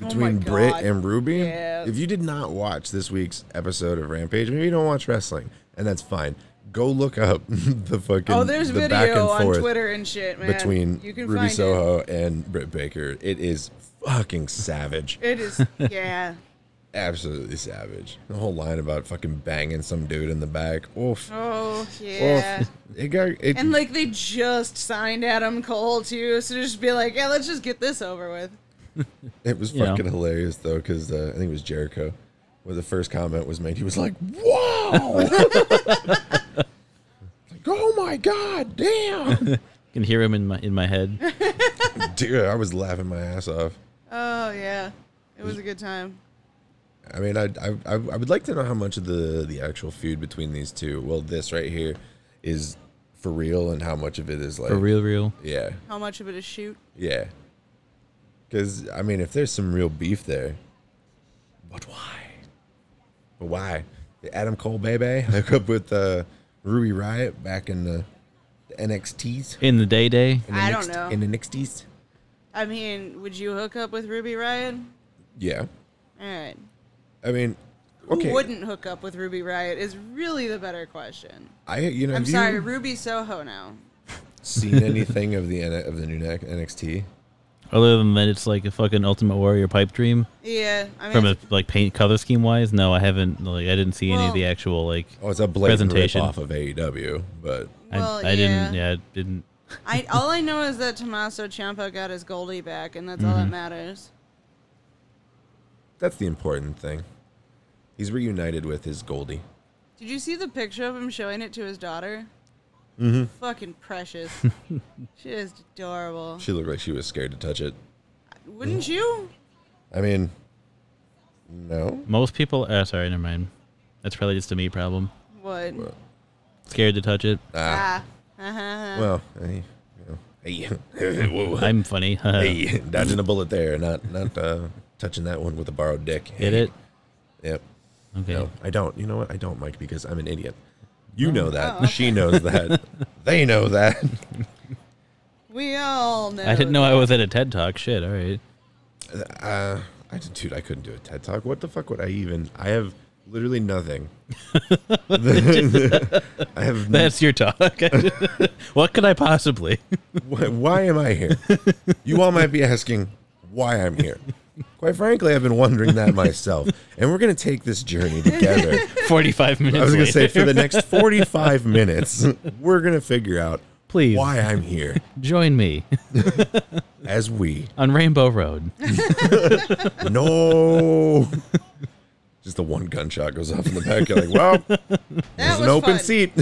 Speaker 2: Oh my
Speaker 3: between Britt
Speaker 2: God.
Speaker 3: and Ruby.
Speaker 2: Yes.
Speaker 3: If you did not watch this week's episode of Rampage, maybe you don't watch wrestling, and that's fine. Go look up <laughs> the fucking
Speaker 2: Oh, there's
Speaker 3: the back and
Speaker 2: video on
Speaker 3: forth
Speaker 2: Twitter and shit, man.
Speaker 3: between
Speaker 2: you can
Speaker 3: Ruby
Speaker 2: find
Speaker 3: Soho and Britt Baker. It is fucking savage.
Speaker 2: It. it
Speaker 3: <laughs>
Speaker 2: is, yeah.
Speaker 3: Absolutely savage. The whole line about fucking banging some dude in the back. Oof.
Speaker 2: Oh, yeah.
Speaker 3: Oof. It got it,
Speaker 2: And like they just signed Adam Cole too, so just be like, yeah, let's just get this over with.
Speaker 3: It was
Speaker 1: know.
Speaker 3: fucking hilarious though, because uh, I think it was Jericho, where the first comment was made. He was like,
Speaker 1: <laughs>
Speaker 3: "Wow!" <laughs> like, oh my
Speaker 1: <laughs>
Speaker 3: god, damn,
Speaker 1: can hear him in my in my head.
Speaker 3: dude! I was laughing my ass off.
Speaker 2: Oh yeah, it was a good time.
Speaker 3: I mean, I, I I I would like to know how much of the the actual feud between these two, well, this right here, is for real, and how much of it is like
Speaker 1: For real, real.
Speaker 3: Yeah,
Speaker 2: How much of it is shoot?
Speaker 3: yeah. Because I mean, if there's some real beef there, but why? But why? The Adam Cole baby hook up with uh, Ruby Riot back in the, the NXTs.
Speaker 1: In the day day.
Speaker 3: In the
Speaker 2: I don't
Speaker 3: NXT
Speaker 2: know.
Speaker 3: In the NXTs.
Speaker 2: I mean, would you hook up with Ruby Riot?
Speaker 3: Yeah.
Speaker 2: All right.
Speaker 3: I mean,
Speaker 2: Who
Speaker 3: okay.
Speaker 2: wouldn't hook up with Ruby Riot is really the better question.
Speaker 3: I you know
Speaker 2: I'm
Speaker 3: have you
Speaker 2: sorry, Ruby Soho now.
Speaker 3: seen anything of the N- of the new N- NXT?
Speaker 1: Other than that, it's like a fucking Ultimate Warrior pipe dream.
Speaker 2: Yeah, I mean,
Speaker 1: From a like paint color scheme wise, no, I haven't. Like, I didn't see any of
Speaker 2: Well-
Speaker 1: the actual like.
Speaker 3: Oh, it's a blatant rip
Speaker 1: Presentation.
Speaker 3: off of AEW, but
Speaker 1: I,
Speaker 2: well,
Speaker 1: I didn't. Yeah, I didn't.
Speaker 2: I all I know is that Tommaso Ciampa got his Goldie back, and that's all
Speaker 1: Mm-hmm.
Speaker 2: that matters.
Speaker 3: that's the important thing. He's reunited with his Goldie.
Speaker 2: Did you see the picture of him showing it to his daughter? Mm-hmm. Fucking precious.
Speaker 1: <laughs>
Speaker 2: she is adorable.
Speaker 3: She looked like she was scared to touch it.
Speaker 2: Wouldn't you?
Speaker 3: I mean, no.
Speaker 1: Most people. Oh, sorry, never mind. That's probably just a me problem.
Speaker 2: What?
Speaker 1: Scared to touch
Speaker 3: <laughs>
Speaker 1: it.
Speaker 3: Ah,
Speaker 2: Ah. Uh-huh.
Speaker 3: well, hey, you know, hey, <laughs> whoa,
Speaker 1: I'm funny. <laughs>
Speaker 3: hey, dodging a bullet there, not not uh, touching that one with a borrowed dick.
Speaker 1: Get
Speaker 3: Hey.
Speaker 1: it?
Speaker 3: Yep.
Speaker 1: Okay.
Speaker 3: No, I don't. You know what? I don't, Mike, because I'm an idiot. You know that. She knows that. they know that. <laughs>
Speaker 2: We all know.
Speaker 1: I didn't know I was at a TED talk. Shit. All right. <laughs>
Speaker 3: Uh, I did, dude. I couldn't do a TED talk. What the fuck would I even? I have literally nothing. <laughs> I have. n-
Speaker 1: That's your talk. <laughs> what could I possibly? <laughs>
Speaker 3: why, why am I here? You all might be asking why I'm here. Quite frankly, I've been wondering that myself, and we're gonna take this journey together.
Speaker 1: Forty-five minutes.
Speaker 3: I was gonna say
Speaker 1: later.
Speaker 3: for the next 45 minutes, we're gonna figure out
Speaker 1: Please.
Speaker 3: why I'm here
Speaker 1: join me <laughs>
Speaker 3: as we
Speaker 1: on Rainbow Road.
Speaker 3: no. Just the one gunshot goes off in the back. You're like, well,
Speaker 2: That
Speaker 3: it's
Speaker 2: was
Speaker 3: an open
Speaker 2: fun.
Speaker 3: seat. <laughs>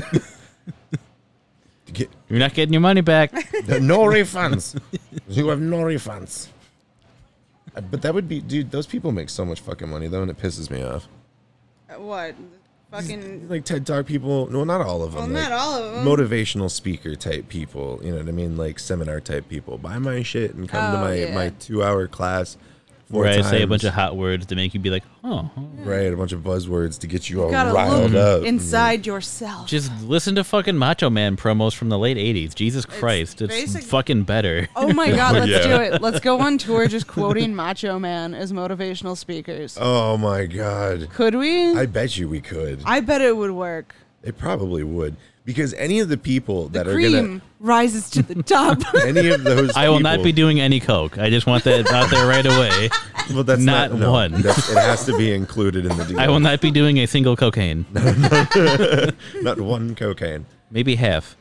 Speaker 3: Get-
Speaker 1: You're not getting your money back.
Speaker 3: There are no refunds. <laughs> You have no refunds. Uh, But that would be, dude. Those people make so much fucking money though, and it pisses me off.
Speaker 2: What? fucking.
Speaker 3: like TED Talk people. No, not all of
Speaker 2: well,
Speaker 3: them. like,
Speaker 2: not all of them.
Speaker 3: motivational speaker type people. You know what I mean? Like seminar type people. Buy my shit and come to
Speaker 2: Oh,
Speaker 3: my
Speaker 2: yeah.
Speaker 3: my two hour class. Four
Speaker 1: Where I say a
Speaker 3: times.
Speaker 1: bunch of hot words to make you be like, oh, huh."
Speaker 3: right, a bunch of buzzwords to get you all
Speaker 2: gotta
Speaker 3: riled
Speaker 2: look
Speaker 3: up.
Speaker 2: inside yourself.
Speaker 1: just listen to fucking Macho Man promos from the late '80s. Jesus Christ, it's,
Speaker 2: basic-
Speaker 1: fucking better.
Speaker 2: oh my
Speaker 1: <laughs>
Speaker 2: god, let's
Speaker 3: Yeah.
Speaker 2: do it. Let's go on tour just quoting Macho Man as motivational speakers.
Speaker 3: oh my god!
Speaker 2: Could we?
Speaker 3: I bet you we could.
Speaker 2: I bet it would work.
Speaker 3: They probably would because any of the people that are
Speaker 2: Cream
Speaker 3: gonna
Speaker 2: rises to the top.
Speaker 3: any of those
Speaker 1: <laughs> I will not be
Speaker 3: people-
Speaker 1: doing any coke. I just want that out there right away.
Speaker 3: well, that's
Speaker 1: not one.
Speaker 3: That's- it has to be included in the
Speaker 1: <laughs>
Speaker 3: deal.
Speaker 1: I will not be doing a single cocaine.
Speaker 3: not one cocaine.
Speaker 1: Maybe half.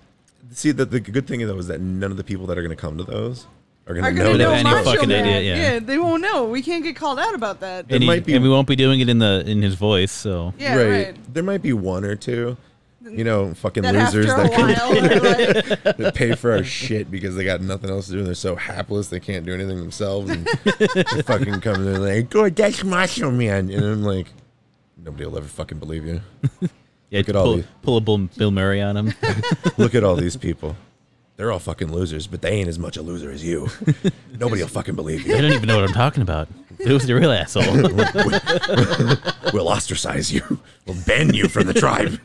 Speaker 3: See that the good thing though is that none of the people that are going to come to those are going
Speaker 2: Are
Speaker 3: to
Speaker 2: gonna
Speaker 3: know
Speaker 1: Without
Speaker 2: know
Speaker 3: that.
Speaker 1: any
Speaker 2: Macho
Speaker 1: fucking
Speaker 2: Man.
Speaker 1: idea, yeah.
Speaker 2: they won't know. We can't get called out about that.
Speaker 1: And, he-
Speaker 3: might be-
Speaker 1: and we won't be doing it in the in his voice. So
Speaker 2: yeah, right.
Speaker 3: There might be one or two, you know, fucking
Speaker 2: That
Speaker 3: losers
Speaker 2: after a
Speaker 3: that can
Speaker 2: while, they're like,
Speaker 3: <laughs> that pay for our shit because they got nothing else to do and they're so hapless they can't do anything
Speaker 2: <laughs>
Speaker 3: themselves and they fucking come and they're like, "God, that's Macho Man," and I'm like, nobody will ever fucking believe you.
Speaker 1: yeah,
Speaker 3: at all
Speaker 1: pull,
Speaker 3: these-
Speaker 1: pull a Bill, Bill Murray on him.
Speaker 3: Look at all these people. They're all fucking losers, but they ain't as much a loser as
Speaker 2: <laughs>
Speaker 3: you. Nobody will fucking believe
Speaker 1: I
Speaker 3: you.
Speaker 1: don't even know what I'm talking about. Who's the real
Speaker 3: <laughs>
Speaker 1: asshole?
Speaker 3: We'll ostracize you. We'll ban you from the <laughs> tribe.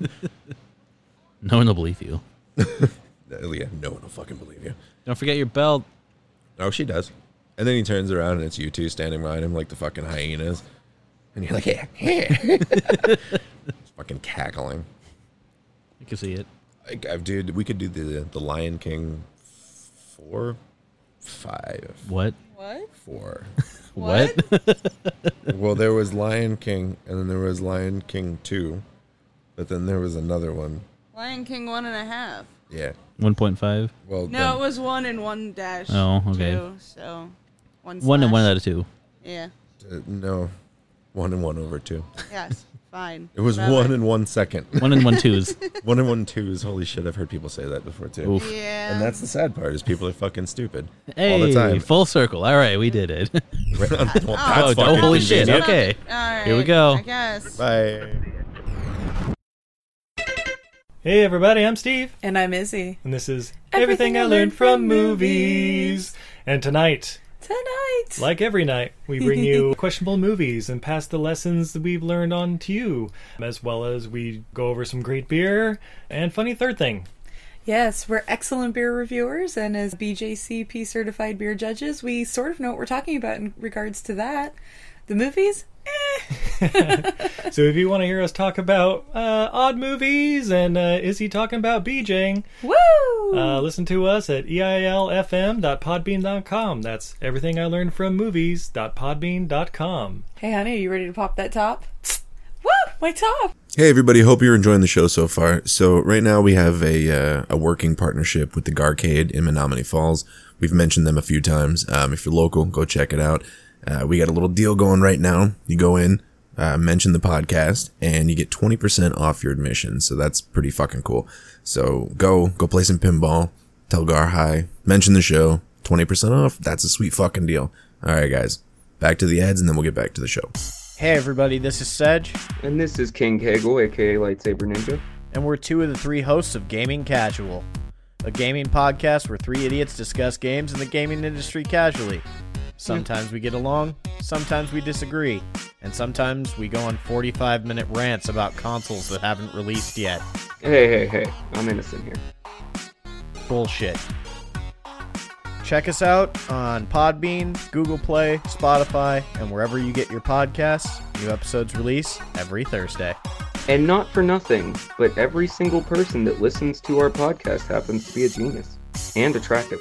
Speaker 1: No one will believe you.
Speaker 3: Oh, Yeah, no one will fucking believe you.
Speaker 1: Don't forget your belt.
Speaker 3: Oh, she does. And then he turns around and it's you two standing behind him like the fucking hyenas. And you're like, yeah, yeah. It's <laughs> fucking cackling.
Speaker 1: I can see it.
Speaker 3: Like, I've, dude, we could do the the Lion King four, five,
Speaker 1: What?
Speaker 2: what?
Speaker 3: <laughs> four.
Speaker 1: What? <laughs>
Speaker 3: well, there was Lion King, and then there was Lion King two, but then there was another one.
Speaker 2: Lion King one and a half.
Speaker 3: Yeah.
Speaker 1: 1.5.
Speaker 2: No,
Speaker 3: Well,
Speaker 2: it
Speaker 3: then-
Speaker 2: was one and one dash.
Speaker 1: Oh, okay.
Speaker 2: Two, so one.
Speaker 1: One and
Speaker 2: slash.
Speaker 1: one out of two.
Speaker 2: Yeah.
Speaker 3: uh, no, one and one over two.
Speaker 2: Yes. <laughs> Fine.
Speaker 3: It was
Speaker 2: Whatever.
Speaker 3: one and one second. <laughs>
Speaker 1: One and one twos.
Speaker 3: one and one twos. Holy shit! I've heard people say that before too.
Speaker 1: Oof.
Speaker 2: <laughs> Yeah.
Speaker 3: And that's the sad part is people are fucking stupid
Speaker 1: Hey,
Speaker 3: all the time. <laughs>
Speaker 1: full circle. All right, we did it. <laughs>
Speaker 3: Well, that's
Speaker 1: oh,
Speaker 3: fucking
Speaker 1: holy shit.
Speaker 3: convenient.
Speaker 1: Okay.
Speaker 2: All right.
Speaker 1: Here we go.
Speaker 2: I guess.
Speaker 3: Bye.
Speaker 4: Hey everybody, I'm Steve,
Speaker 5: And I'm Izzy.
Speaker 4: and this is
Speaker 5: Everything I Learned from Movies.
Speaker 4: And tonight,
Speaker 5: Tonight!
Speaker 4: like every night, we bring
Speaker 5: <laughs>
Speaker 4: you questionable movies and pass the lessons that we've learned on to you, as well as we go over some great beer and funny third
Speaker 5: <laughs>
Speaker 4: thing.
Speaker 5: Yes, we're excellent beer reviewers, and as BJCP certified beer judges, we sort of know what we're talking about in regards to that. The movies? Eh.
Speaker 4: So if you want to hear us talk about uh, odd movies and uh, Izzy talking about BJing,
Speaker 5: Woo!
Speaker 4: uh, listen to us at eilfm.podbean.com. That's everything I learned from movies.podbean.com.
Speaker 5: hey, honey, are you ready to pop that top? Woo! My top!
Speaker 3: Hey everybody, hope you're enjoying the show so far. So right now we have a uh, a working partnership with the Garcade in Menominee Falls. We've mentioned them a few times. Um, if you're local, go check it out. Uh, we got a little deal going right now. You go in, uh, mention the podcast, and you get 20% off your admission. So that's pretty fucking cool. So go go play some pinball. Tell Gar hi. Mention the show. 20% off. That's a sweet fucking deal. All right, guys. Back to the ads, and then we'll get back to the show.
Speaker 6: Hey everybody, this is Sedge,
Speaker 7: And this is King Kegel, aka Lightsaber Ninja.
Speaker 6: and we're two of the three hosts of Gaming Casual, a gaming podcast where three idiots discuss games in the gaming industry casually. Sometimes we get along, sometimes we disagree, and sometimes we go on 45 minute rants about consoles that haven't released yet.
Speaker 7: Hey, hey, hey, I'm innocent here.
Speaker 6: Bullshit. Check us out on Podbean, Google Play, Spotify, and wherever you get your podcasts. New episodes release every Thursday.
Speaker 7: And not for nothing, but every single person that listens to our podcast happens to be a genius and attractive.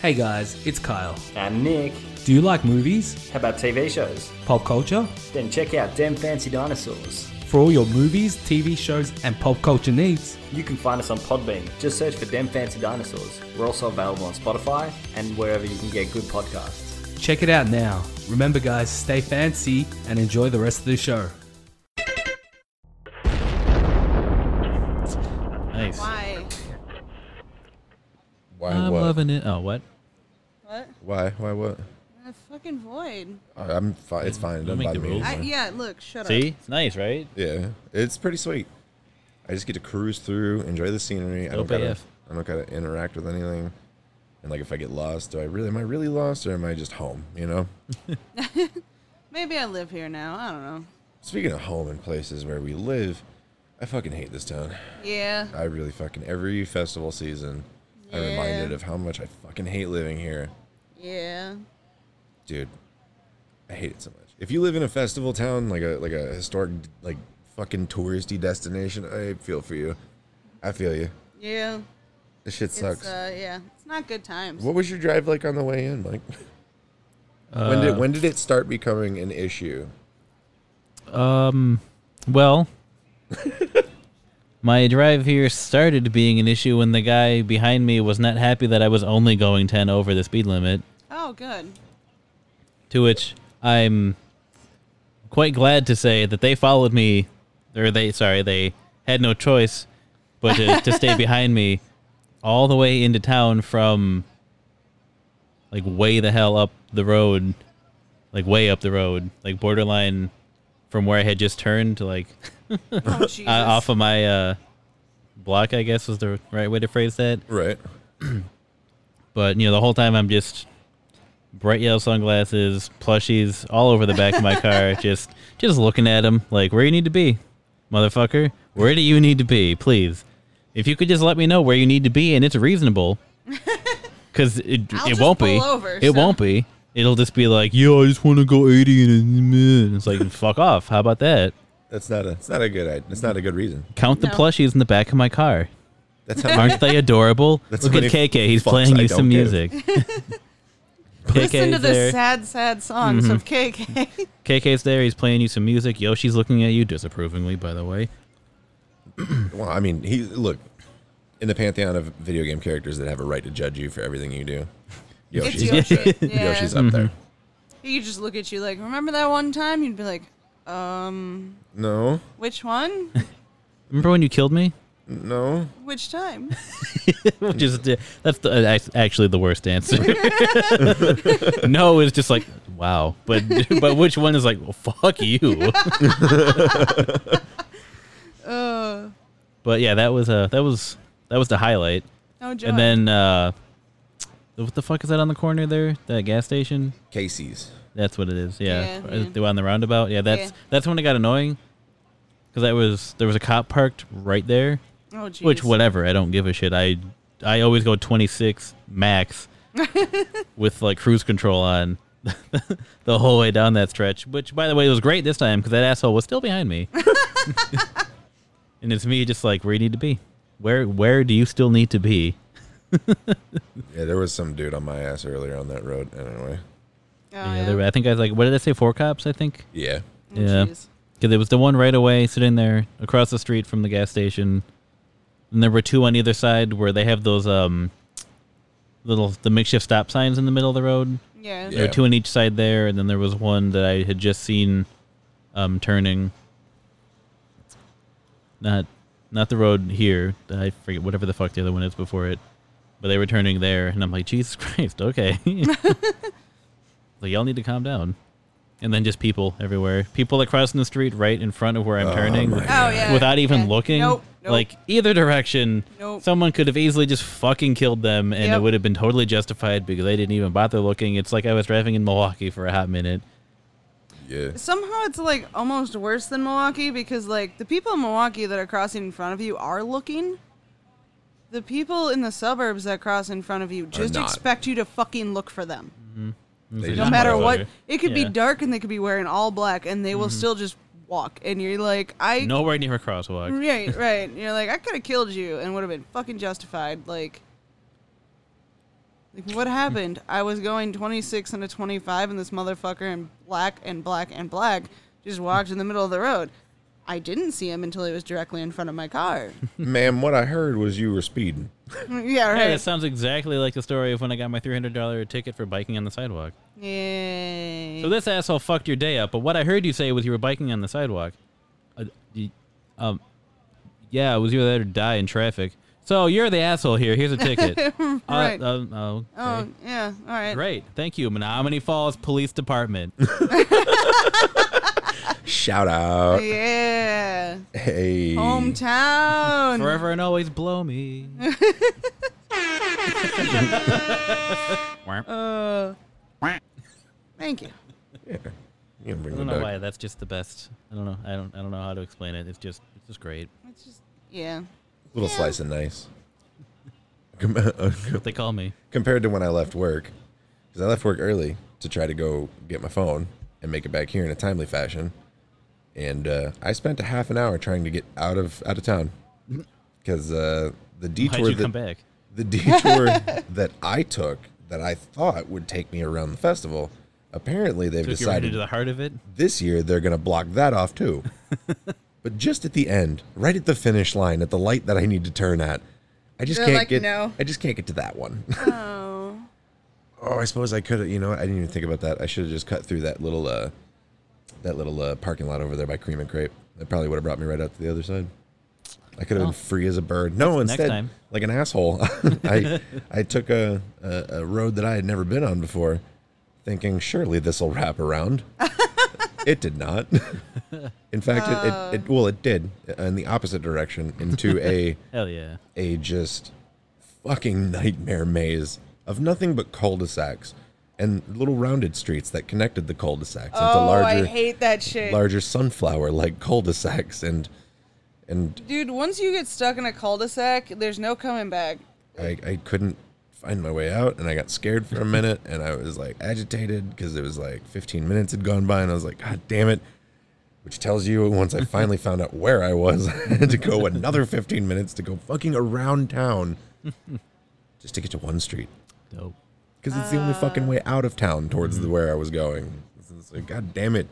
Speaker 8: Hey guys, it's Kyle.
Speaker 9: I'm Nick.
Speaker 8: Do you like movies,
Speaker 9: How about TV shows?
Speaker 8: pop culture?
Speaker 9: Then check out Damn Fancy Dinosaurs.
Speaker 8: For all your movies, TV shows, and pop culture needs,
Speaker 9: You can find us on Podbean. Just search for Damn Fancy Dinosaurs. We're also available on Spotify and wherever you can get good podcasts.
Speaker 8: check it out now. Remember, guys, stay fancy and enjoy the rest of the show.
Speaker 1: Nice.
Speaker 2: Why?
Speaker 3: Why
Speaker 1: I'm
Speaker 3: what?
Speaker 1: loving it. Oh, what?
Speaker 2: What?
Speaker 3: Why? Why what?
Speaker 2: A fucking void.
Speaker 3: I- I'm fine. It's fine. It
Speaker 1: Don't
Speaker 3: doesn't
Speaker 1: make
Speaker 3: bother
Speaker 1: the
Speaker 3: me.
Speaker 1: rules.
Speaker 2: I,
Speaker 3: anyway.
Speaker 2: yeah, look, shut
Speaker 1: See,
Speaker 2: up.
Speaker 1: it's nice, right?
Speaker 3: Yeah, it's pretty sweet. I just get to cruise through, enjoy the scenery. I don't
Speaker 1: Dope
Speaker 3: gotta,
Speaker 1: AF.
Speaker 3: I don't gotta interact with anything. And like, if I get lost, do I really am I really lost, or am I just home? You know.
Speaker 2: Maybe I live here now. I don't know.
Speaker 3: Speaking of home and places where we live, I fucking hate this town.
Speaker 2: Yeah.
Speaker 3: I really fucking every festival season, I'm
Speaker 2: Yeah.
Speaker 3: reminded of how much I fucking hate living here,
Speaker 2: Yeah.
Speaker 3: dude. I hate it so much. If you live in a festival town, like a like a historic like fucking touristy destination, I feel for you. I feel you.
Speaker 2: Yeah.
Speaker 3: This shit sucks.
Speaker 2: It's, uh, yeah. It's not good times.
Speaker 3: What was your drive like on the way in, Mike? when did when did it start becoming an issue?
Speaker 1: Um, <laughs> well, my drive here started being an issue when the guy behind me was not happy that I was only going 10 over the speed limit,
Speaker 2: Oh,
Speaker 3: <laughs>
Speaker 2: good.
Speaker 1: to which I'm quite glad to say that they followed me, or they, sorry, they had no choice but to, to stay behind me all the way into town from like way the hell up the road, like way up the road, like borderline from where I had just turned to like
Speaker 2: Oh, Jesus.
Speaker 1: uh, off of my uh, block, I guess was the right way to phrase that.
Speaker 3: Right.
Speaker 1: But you know, the whole time I'm just bright yellow sunglasses, plushies all over the back of my
Speaker 2: <laughs>
Speaker 1: car, just just looking at them like where you need to be, motherfucker. Where do you need to be, please? If you could just let me know where you need to be and it's
Speaker 2: <laughs>
Speaker 1: reasonable, because it
Speaker 2: I'll
Speaker 1: it
Speaker 2: just
Speaker 1: won't be.
Speaker 2: pull over,
Speaker 1: it
Speaker 2: so-
Speaker 1: won't be. It'll just be like, yo, I just want to go 80 and and it's like, fuck off. How about that?
Speaker 3: That's not a it's not a good i- it's not a good reason.
Speaker 1: Count the
Speaker 2: No.
Speaker 1: plushies in the back of my car.
Speaker 3: That's how
Speaker 1: Aren't they adorable?
Speaker 3: That's
Speaker 1: Look
Speaker 3: how
Speaker 1: at
Speaker 3: many
Speaker 1: KK. He's
Speaker 3: fucks
Speaker 1: playing
Speaker 3: I
Speaker 1: you some
Speaker 3: don't give.
Speaker 1: music.
Speaker 2: <laughs> Listen to
Speaker 1: KK's
Speaker 2: the
Speaker 1: there. Mm-hmm.
Speaker 2: sad, sad songs of
Speaker 3: <laughs>
Speaker 2: KK.
Speaker 1: KK's there. He's playing you some music. Yoshi's looking at you disapprovingly, by the way.
Speaker 3: well, I mean, he look in the pantheon of video game characters that have a right to judge you for everything you do.
Speaker 2: it's
Speaker 3: Yoshi's,
Speaker 2: Yoshi. Yeah.
Speaker 3: Yoshi's up there.
Speaker 2: He could just look at you like, remember that one time? You'd be like, um,
Speaker 3: No,
Speaker 2: which one?
Speaker 1: Remember when you killed me? <laughs>
Speaker 3: no.
Speaker 2: Which time?
Speaker 1: Which is the- that's the, uh, ac- actually the worst answer. <laughs> no, it's just like wow, but <laughs> but which one is like well, fuck
Speaker 2: <laughs>
Speaker 1: you?
Speaker 2: Uh,
Speaker 1: But yeah, that was uh, that was that was the highlight.
Speaker 2: no joke.
Speaker 1: And then uh, what the fuck is that on the corner there? That gas station?
Speaker 3: Casey's.
Speaker 1: That's what it is. Yeah,
Speaker 2: Yeah,
Speaker 1: Or is
Speaker 2: yeah.
Speaker 1: the one on the roundabout. Yeah, that's
Speaker 2: Yeah.
Speaker 1: that's when it got annoying because that was there was a cop parked right there.
Speaker 2: oh, geez.
Speaker 1: Which whatever, I don't give a shit. I I always go 26
Speaker 2: <laughs>
Speaker 1: max with like cruise control on <laughs> the whole way down that stretch. Which by the way, was great this time because that asshole was still behind
Speaker 2: <laughs>
Speaker 1: me. <laughs> and it's me just like where you need to be. Where where do you still need to be?
Speaker 3: Yeah, there was some dude on my ass earlier on that road. Anyway,
Speaker 2: Oh,
Speaker 1: yeah, there- I think I was like, what did I say? Four cops, I think.
Speaker 3: yeah,
Speaker 2: Oh,
Speaker 1: Yeah.
Speaker 2: jeez.
Speaker 1: Because it was the one right away sitting there across the street from the gas station. And there were two on either side where they have those um little the makeshift stop signs in the middle of the road.
Speaker 2: Yeah.
Speaker 3: Yeah.
Speaker 1: There were two on each side there, and then there was one that I had just seen um turning. Not not the road here. I forget whatever the fuck the other one is before it. But they were turning there and I'm like, Jesus <laughs> Christ, okay. like y'all need to calm down. And then just people everywhere. People that crossing the street right in front of where I'm
Speaker 3: Oh
Speaker 1: turning
Speaker 3: my
Speaker 2: Oh, yeah.
Speaker 1: without even
Speaker 2: Yeah.
Speaker 1: looking.
Speaker 2: Nope. nope.
Speaker 1: Like either direction,
Speaker 2: Nope.
Speaker 1: someone could have easily just fucking killed them, and
Speaker 2: Yep.
Speaker 1: it would have been totally justified because they didn't even bother looking. It's like I was driving in Milwaukee for a hot minute.
Speaker 3: yeah.
Speaker 2: Somehow it's like almost worse than Milwaukee because like the people in Milwaukee that are crossing in front of you are looking. The people in the suburbs that cross in front of you just
Speaker 3: not.
Speaker 2: expect you to fucking look for them.
Speaker 3: They
Speaker 2: No
Speaker 3: just
Speaker 2: matter
Speaker 3: wanna-
Speaker 2: what,
Speaker 1: bother.
Speaker 2: it could
Speaker 1: Yeah.
Speaker 2: be dark and they could be wearing all black and they will still just walk. And you're like, I
Speaker 1: Nowhere near a crosswalk.
Speaker 2: right, right. You're like, I could have killed you and would have been fucking justified. Like, Like,
Speaker 1: <laughs>
Speaker 2: what happened? I was going 26 and a 25, and this motherfucker in black and black and black just walked in the middle of the road. I didn't see him until he was directly in front of my
Speaker 1: <laughs>
Speaker 2: car. <laughs>
Speaker 3: Ma'am, what I heard was you were speeding.
Speaker 2: yeah,
Speaker 1: Hey,
Speaker 2: right.
Speaker 1: that sounds exactly like the story of when I got my $300 ticket for biking on the sidewalk.
Speaker 2: Yay.
Speaker 1: So this asshole fucked your day up. But what I heard you say was you were biking on the sidewalk. Uh, y- um, yeah, it was you there to die in traffic. So you're the asshole here. Here's a ticket. Uh,
Speaker 2: <laughs> Right.
Speaker 1: um, oh,
Speaker 2: Oh, yeah. All
Speaker 3: <laughs>
Speaker 2: right.
Speaker 1: great. Thank you, Menominee Falls Police Department.
Speaker 3: Shout out.
Speaker 2: yeah.
Speaker 3: Hey.
Speaker 2: Hometown.
Speaker 1: Forever and always blow me.
Speaker 2: Uh, thank you.
Speaker 3: You can bring
Speaker 1: I
Speaker 3: me
Speaker 1: don't know
Speaker 3: back.
Speaker 1: why. That's just the best. I don't know. I don't. I don't know how to explain it. It's just. It's just great.
Speaker 2: It's just, yeah.
Speaker 3: Little slice of nice. Com- uh,
Speaker 1: What they call me.
Speaker 3: Compared to when I left work, because I left work early to try to go get my phone and make it back here in a timely fashion, and uh, I spent a half an hour trying to get out of out of town because uh, the detour
Speaker 1: Why'd you
Speaker 3: that
Speaker 1: come back?
Speaker 2: <laughs>
Speaker 3: the detour that I took that I thought would take me around the festival, apparently they've
Speaker 1: Took you right
Speaker 3: decided
Speaker 1: into the heart of it.
Speaker 3: this year they're going to block that
Speaker 1: <laughs>
Speaker 3: off too. but just at the end, right at the finish line, at the light that I need to turn at, I just
Speaker 2: They're
Speaker 3: can't
Speaker 2: like,
Speaker 3: get.
Speaker 2: "No."
Speaker 3: I just can't get to that one.
Speaker 2: Oh.
Speaker 3: <laughs> oh, I suppose I could. have You know, what? I didn't even think about that. I should have just cut through that little, uh, that little uh, parking lot over there by Cream and Crepe. That probably would have brought me right out to the other side. I could have
Speaker 1: Oh.
Speaker 3: been free as a bird. No,
Speaker 1: Next- next
Speaker 3: instead,
Speaker 1: time.
Speaker 3: like an asshole, <laughs> I I took a, a a road that I had never been on before, thinking surely this will
Speaker 2: <laughs>
Speaker 3: wrap around. it did not. <laughs> In fact,
Speaker 2: Oh.
Speaker 3: it, it, it well it did uh, in the opposite direction
Speaker 2: <laughs>
Speaker 3: into a
Speaker 1: Hell yeah.
Speaker 3: a just fucking nightmare maze of nothing but cul-de-sacs and little rounded streets that connected the cul-de-sacs into
Speaker 2: Oh, I
Speaker 3: larger
Speaker 2: hate that shit.
Speaker 3: larger sunflower like cul-de-sacs and and
Speaker 2: Dude, once you get stuck in a cul-de-sac, there's no coming back.
Speaker 3: I, I couldn't find my way out and I got scared for a minute and I was like agitated because it was like 15 minutes had gone by and I was like, God damn it. Which tells you once I finally found out where I was, <laughs> I had to go another 15 minutes to go fucking around town just to get to one street.
Speaker 1: Dope.
Speaker 3: Because it's the only fucking way out of town towards the where I was going. It's- it's like, God damn it.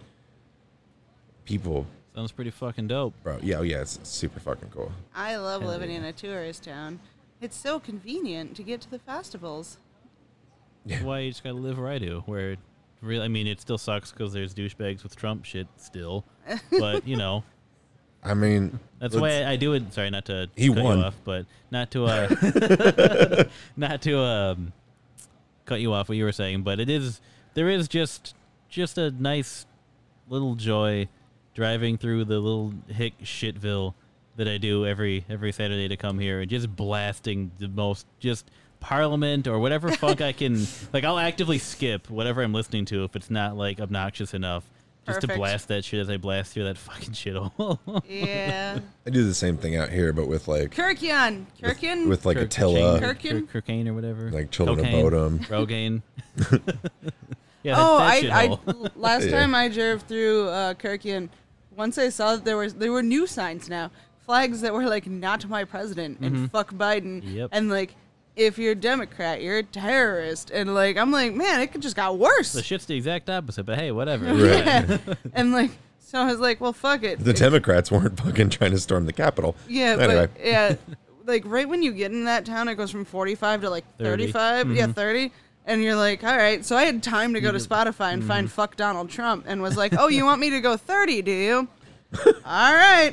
Speaker 3: People,
Speaker 1: Sounds pretty fucking dope.
Speaker 3: bro. Yeah, oh yeah, it's super fucking cool.
Speaker 2: I love living in a tourist town. It's so convenient to get to the festivals.
Speaker 1: That's why you just gotta live where I do. Where, really, I mean, it still sucks because there's douchebags with Trump shit
Speaker 3: <laughs>
Speaker 1: still. But you know,
Speaker 3: I mean,
Speaker 1: that's why
Speaker 3: let's-
Speaker 1: I, do it. Sorry, not to
Speaker 3: He
Speaker 1: cut
Speaker 3: won.
Speaker 1: you off, but not to uh, <laughs> not to um, cut you off what you were saying. But it is there is just just a nice little joy driving through the little hick shitville that I do every every Saturday to come here and just blasting the most just parliament or
Speaker 3: <laughs>
Speaker 1: whatever funk I can like I'll actively skip whatever I'm listening to if it's not like obnoxious enough just to
Speaker 2: Perfect.
Speaker 1: blast that shit as I blast through that fucking shithole. <laughs>
Speaker 2: Yeah.
Speaker 3: I do the same thing out here, but with like
Speaker 2: Kirkian. Kirkian?
Speaker 3: with like
Speaker 1: Cur- cocaine-
Speaker 3: Attila.
Speaker 2: Kirkin?
Speaker 1: cur- cocaine or whatever.
Speaker 3: Like Children of
Speaker 1: Cocaine,
Speaker 3: Bodom.
Speaker 1: <laughs> Rogaine.
Speaker 3: <laughs>
Speaker 1: yeah, that,
Speaker 2: oh,
Speaker 1: that
Speaker 2: I,
Speaker 1: shithole.
Speaker 2: I last
Speaker 3: Yeah.
Speaker 2: time I drove through uh, Kirkian, once I saw that there was there were new signs now, flags that were like "Not my president" and "Fuck Biden"
Speaker 1: Yep.
Speaker 2: and like "If you're a Democrat, you're a terrorist," and like I'm like, man, it could just got worse.
Speaker 1: the shit's the exact opposite, but hey, whatever.
Speaker 2: <laughs> Yeah. and like, so I was like, well, fuck it.
Speaker 3: the Democrats weren't fucking trying to storm the Capitol.
Speaker 2: yeah,
Speaker 3: Anyway,
Speaker 2: but yeah, like right when you get in that town, it goes from 45 to like
Speaker 1: 30.
Speaker 2: 35. Yeah, 30. And you're like, all right. So I had time to go to Spotify and find fuck Donald Trump and was like, oh, you want me to go 30, do you? <laughs> all right.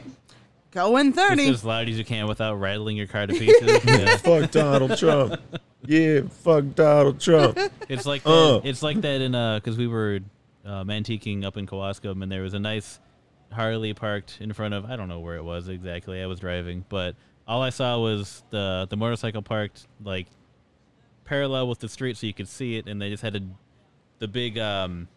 Speaker 2: Go in 30.
Speaker 1: Just as loud as you can without rattling your car to pieces.
Speaker 3: <laughs>
Speaker 1: Yeah.
Speaker 3: fuck Donald Trump. Yeah, fuck Donald <laughs> Trump.
Speaker 1: It's like that,
Speaker 3: Oh.
Speaker 1: it's like that in uh because we were um, antiquing up in Kewaskum and there was a nice Harley parked in front of I don't know where it was exactly. I was driving, but all I saw was the the motorcycle parked like parallel with the street so you could see it, and they just had a the big um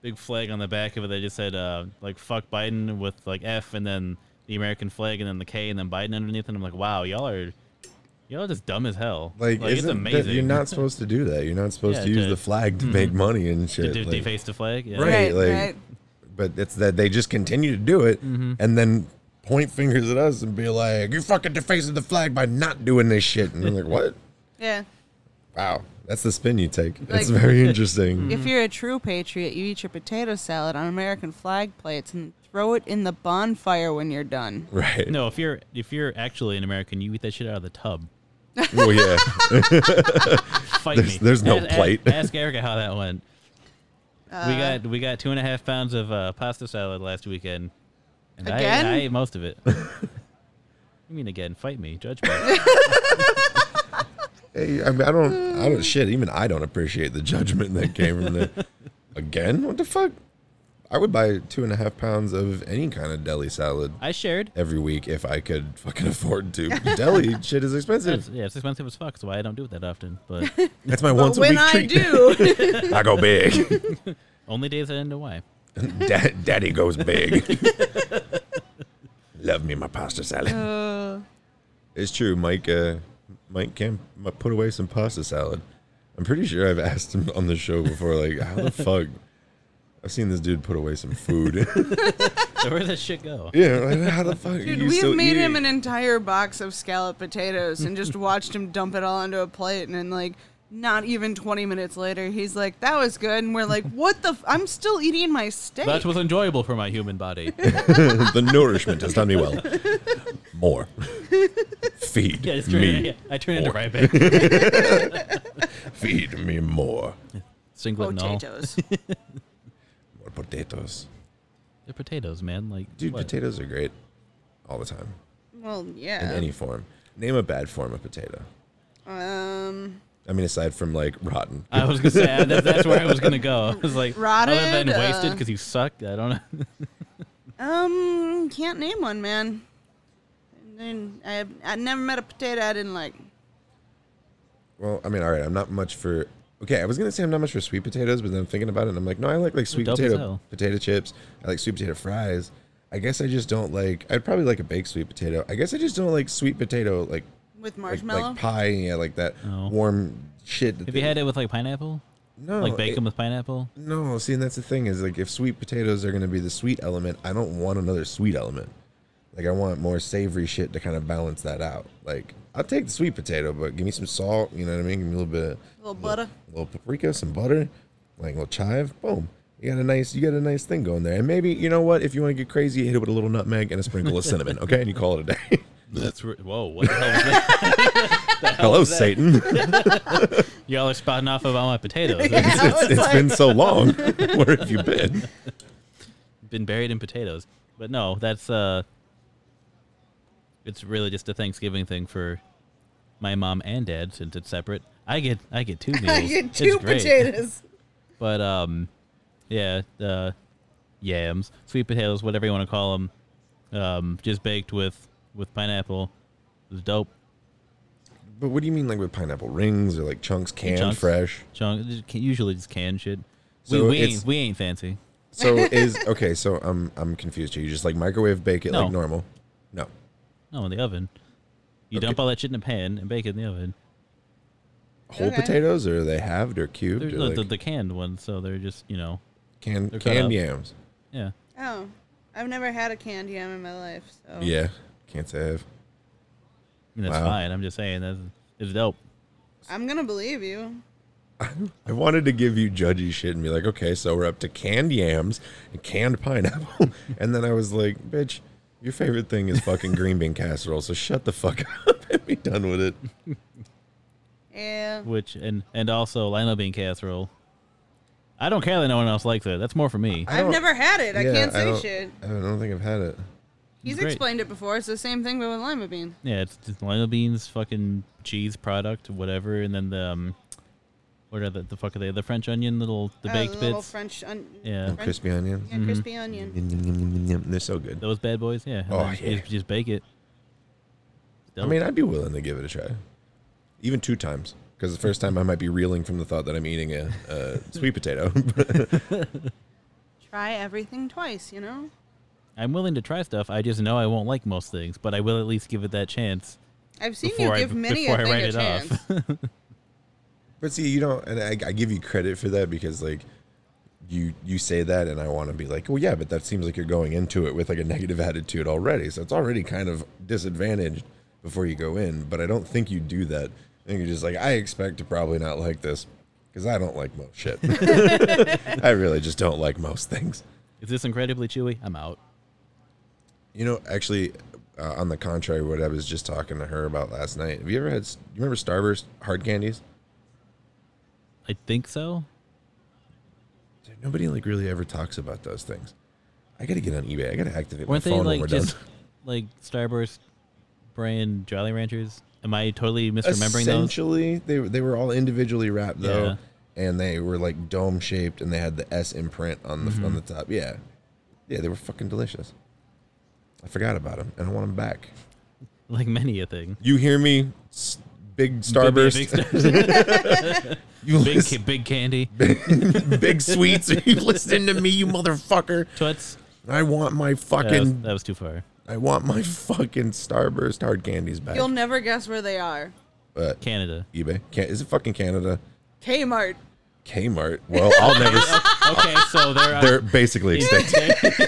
Speaker 1: big flag on the back of it. They just said uh like fuck Biden with like F and then the American flag and then the K and then Biden underneath. And I'm like, wow, y'all are. Y'all are just dumb as hell.
Speaker 3: Like,
Speaker 1: it's
Speaker 3: isn't that-
Speaker 1: amazing.
Speaker 3: you're not supposed to do that. You're not supposed
Speaker 1: Yeah,
Speaker 3: to use
Speaker 1: to- mm-hmm.
Speaker 3: the flag to make money and
Speaker 1: to
Speaker 3: shit.
Speaker 1: de-
Speaker 3: like-
Speaker 1: deface the flag. Yeah.
Speaker 3: right,
Speaker 2: Right,
Speaker 3: like,
Speaker 2: right.
Speaker 3: but it's that they just continue to do it
Speaker 2: Mm-hmm.
Speaker 3: and then point fingers at us and be like, "You fucking defacing the flag by not doing this shit." And I'm like, "What?"
Speaker 2: yeah.
Speaker 3: Wow, that's the spin you take. It's
Speaker 2: Like,
Speaker 3: very
Speaker 2: <laughs>
Speaker 3: interesting.
Speaker 2: If you're a true patriot, you eat your potato salad on American flag plates and throw it in the bonfire when you're done.
Speaker 3: Right.
Speaker 1: No, if you're if you're actually an American, you eat that shit out of the tub.
Speaker 3: well, <laughs> yeah.
Speaker 1: Fight
Speaker 3: there's,
Speaker 1: me.
Speaker 3: There's no
Speaker 1: Ask- ask-
Speaker 3: plate.
Speaker 1: <laughs> Ask, Erica how that went. we got we got two and a half pounds of uh, pasta salad last weekend, and I-
Speaker 2: Again?
Speaker 1: I, ate most
Speaker 3: <laughs>
Speaker 1: of it. you mean again? Fight me, judge me.
Speaker 3: Hey, I, mean, I don't. I don't. Shit. Even I don't appreciate the judgment that came from <laughs> there. Again, what the fuck? I would buy two and a half pounds of any kind of deli salad.
Speaker 1: I shared.
Speaker 3: every week if I could fucking <laughs> afford to. deli shit is expensive.
Speaker 1: That's- yeah, it's expensive as fuck, so I don't do it that often. But
Speaker 3: That's my But once a when week I treat. do- <laughs> I go big.
Speaker 1: Only days I didn't know why.
Speaker 3: <laughs> Da- Daddy goes big. <laughs> Love me my pasta salad.
Speaker 2: Uh.
Speaker 3: It's true, Mike. Uh, Mike can m- put away some pasta salad. I'm pretty sure I've asked him on the show before, like, how the fuck? I've seen this dude put away some <laughs> food.
Speaker 1: so where did that shit go?
Speaker 3: yeah, like, how the fuck? are
Speaker 2: Dude,
Speaker 3: you
Speaker 2: we
Speaker 3: still
Speaker 2: have made him
Speaker 3: eating?
Speaker 2: an entire box of scalloped potatoes and
Speaker 3: <laughs>
Speaker 2: just watched him dump it all onto a plate. And then, like, not even 20 minutes later, he's like, that was good. And we're
Speaker 3: <laughs>
Speaker 2: like, what the? F- I'm still eating my steak.
Speaker 1: That was enjoyable for my human
Speaker 3: <laughs>
Speaker 1: body.
Speaker 2: <laughs>
Speaker 3: the nourishment has done me well. More. Feed
Speaker 1: Yeah, it's turning-
Speaker 3: me.
Speaker 1: yeah, <laughs> I turn into
Speaker 3: more. <laughs>
Speaker 1: Ryback.
Speaker 3: Feed me more.
Speaker 1: Singlet and all.
Speaker 3: <laughs>
Speaker 2: Potatoes.
Speaker 3: more potatoes.
Speaker 1: They're potatoes, man. Like
Speaker 3: Dude,
Speaker 1: what?
Speaker 3: potatoes are great all the time
Speaker 2: well, yeah.
Speaker 1: Um,
Speaker 3: in any form. Name a bad form of potato.
Speaker 2: Um,
Speaker 3: I mean, aside from like rotten.
Speaker 1: I was gonna say uh, that, that's where I was gonna go. I was like, other
Speaker 2: Rotted,
Speaker 1: than wasted
Speaker 2: uh,
Speaker 1: because you suck. I don't know.
Speaker 2: um, can't name one, man. And then I have, I never met a potato I didn't like.
Speaker 3: Well, I mean, all right. I'm not much for. Okay, I was gonna say I'm not much for sweet potatoes, but then I'm thinking about it, and I'm like, no, I like like sweet
Speaker 1: dope as
Speaker 3: potato
Speaker 1: hell.
Speaker 3: potato chips. I like sweet potato fries. I guess I just don't like. I'd probably like a baked sweet potato. I guess I just don't like sweet potato like
Speaker 2: With
Speaker 3: like- like,
Speaker 2: marshmallow?
Speaker 3: pie. Yeah, like that
Speaker 1: Oh.
Speaker 3: warm shit. that
Speaker 1: Have you
Speaker 3: they-
Speaker 1: had it with like pineapple?
Speaker 3: No,
Speaker 1: like bacon
Speaker 3: Oh, it-
Speaker 1: with pineapple.
Speaker 3: No, see, and that's the thing is like if sweet potatoes are going to be the sweet element, I don't want another sweet element. Like I want more savory shit to kind of balance that out. Like I'll take the sweet potato, but give me some salt. You know what I mean? Give me a little bit, of,
Speaker 2: Little
Speaker 3: <laughs>
Speaker 2: butter.
Speaker 3: little paprika, some butter, like a little chive. Boom. You got a nice, you got a nice thing going there. And maybe you know what? If you want to get crazy, you hit it with a little nutmeg and a sprinkle of cinnamon. Okay, and you call it a day. <laughs>
Speaker 1: That's re- whoa. What the hell was that? The hell
Speaker 3: Hello,
Speaker 1: was that? <laughs>
Speaker 3: Satan.
Speaker 1: Y'all are spouting off about my potatoes.
Speaker 3: Yeah, I It's- it's- was it's like- been
Speaker 1: <laughs>
Speaker 3: so long. Where have you been?
Speaker 1: Been buried in potatoes. But no, that's uh, it's really just a Thanksgiving thing for my mom and dad since it's separate. I get I get two meals.
Speaker 5: I get
Speaker 1: It's
Speaker 5: two
Speaker 1: great.
Speaker 3: <laughs>
Speaker 5: potatoes.
Speaker 1: But um, yeah, uh, yams, sweet potatoes, whatever you want to call them, um, just baked with with pineapple. It was dope.
Speaker 3: But what do you mean, like with pineapple rings or like chunks canned
Speaker 1: Chunks.
Speaker 3: fresh?
Speaker 1: Chunk, just- usually just canned shit.
Speaker 3: So
Speaker 1: we we
Speaker 3: it's-
Speaker 1: ain't, we ain't fancy.
Speaker 3: So is okay. So I'm I'm confused. Here. You just like microwave bake it
Speaker 1: No.
Speaker 3: like normal. No.
Speaker 1: No, in the oven. You dump all that shit in a pan and bake it in the oven.
Speaker 3: Whole
Speaker 1: Okay.
Speaker 3: potatoes, or are they halved or
Speaker 1: They're
Speaker 3: cubed, or
Speaker 1: the,
Speaker 3: like
Speaker 1: the, the canned ones, so they're just you know
Speaker 3: canned
Speaker 1: they're cut
Speaker 3: canned
Speaker 1: up.
Speaker 3: yams.
Speaker 1: Yeah,
Speaker 2: Oh, I've never had a canned yam in my life. So
Speaker 3: Yeah, can't say I've.
Speaker 1: I mean, that's
Speaker 3: Wow.
Speaker 1: fine. I'm just saying that's it's dope.
Speaker 2: I'm gonna believe you.
Speaker 3: I wanted to give you judgy shit and be like, okay, so we're up to canned yams and canned pineapple, <laughs> and then I was like, bitch, your favorite thing is fucking green bean casserole. So shut the fuck <laughs> up and be done with it.
Speaker 2: Yeah.
Speaker 1: Which and and also lima bean casserole. I don't care that no one else likes it. That's more for me.
Speaker 2: I've never had it. I
Speaker 3: Yeah,
Speaker 2: can't say
Speaker 3: don't-
Speaker 2: shit.
Speaker 3: I don't think I've had it.
Speaker 2: He's
Speaker 1: Great.
Speaker 2: explained it before. It's the same thing, but with lima bean.
Speaker 1: Yeah, it's just lima beans, fucking cheese product, whatever, and then the um, what are the the fuck are they? The French onion little the
Speaker 2: Oh,
Speaker 1: baked
Speaker 2: the little
Speaker 1: bits.
Speaker 2: French on-
Speaker 1: yeah, Mm-hmm.
Speaker 3: And crispy onion.
Speaker 2: Yeah, crispy onion.
Speaker 3: Yum, yum, yum, yum, yum. They're so good.
Speaker 1: Those bad boys. Yeah. and
Speaker 3: Oh,
Speaker 1: then you
Speaker 3: yeah.
Speaker 1: Just, just bake it.
Speaker 3: I mean, I'd be willing to give it a try, even two times. Because the first time I might be reeling from the thought that I'm eating a, <laughs> a sweet potato.
Speaker 2: Try everything twice, you know?
Speaker 1: I'm willing to try stuff. I just know I won't like most things, but I will at least give it that chance.
Speaker 2: I've seen you
Speaker 1: before I-
Speaker 2: give many a
Speaker 1: before I
Speaker 2: thing a
Speaker 1: write it off.
Speaker 3: but see, you don't, and I, I give you credit for that because like you you say that, and I want to be like, well, yeah, but that seems like you're going into it with like a negative attitude already, so it's already kind of disadvantaged before you go in. But I don't think you do that And you're just like, I expect to probably not like this because I don't like most shit. <laughs> I really just don't like most things.
Speaker 1: Is this incredibly chewy? I'm out.
Speaker 3: You know, actually, uh, on the contrary, what I was just talking to her about last night. Have you ever had? s- You remember Starburst hard candies?
Speaker 1: I think so.
Speaker 3: Dude, nobody like really ever talks about those things. I gotta get on eBay. I gotta activate
Speaker 1: Weren't
Speaker 3: my
Speaker 1: they
Speaker 3: phone
Speaker 1: like
Speaker 3: when we're
Speaker 1: just
Speaker 3: <laughs> done.
Speaker 1: like Starburst brand Jolly Ranchers? Am I totally misremembering those?
Speaker 3: Essentially, they they were all individually wrapped
Speaker 1: Yeah.
Speaker 3: though, and they were like dome shaped, and they had the S imprint on the
Speaker 1: Mm-hmm.
Speaker 3: on the top. Yeah, yeah, they were fucking delicious. I forgot about them, and I want them back.
Speaker 1: Like many a thing.
Speaker 3: You hear me, S- big Starburst?
Speaker 1: Big,
Speaker 3: <laughs>
Speaker 1: Starburst. big,
Speaker 3: listen-
Speaker 1: ca- big
Speaker 3: <laughs>
Speaker 1: candy.
Speaker 3: Big, big sweets. <laughs> Are you listening to me, you motherfucker?
Speaker 1: Toots.
Speaker 3: I want my fucking.
Speaker 1: that was- that was too far.
Speaker 3: I want my fucking Starburst hard candies back.
Speaker 2: You'll never guess where they are.
Speaker 3: but
Speaker 1: Canada.
Speaker 3: eBay. Can- is it fucking Canada?
Speaker 2: Kmart.
Speaker 3: Kmart. Well, I'll never. s-
Speaker 1: Okay, so they're uh,
Speaker 3: They're basically extinct.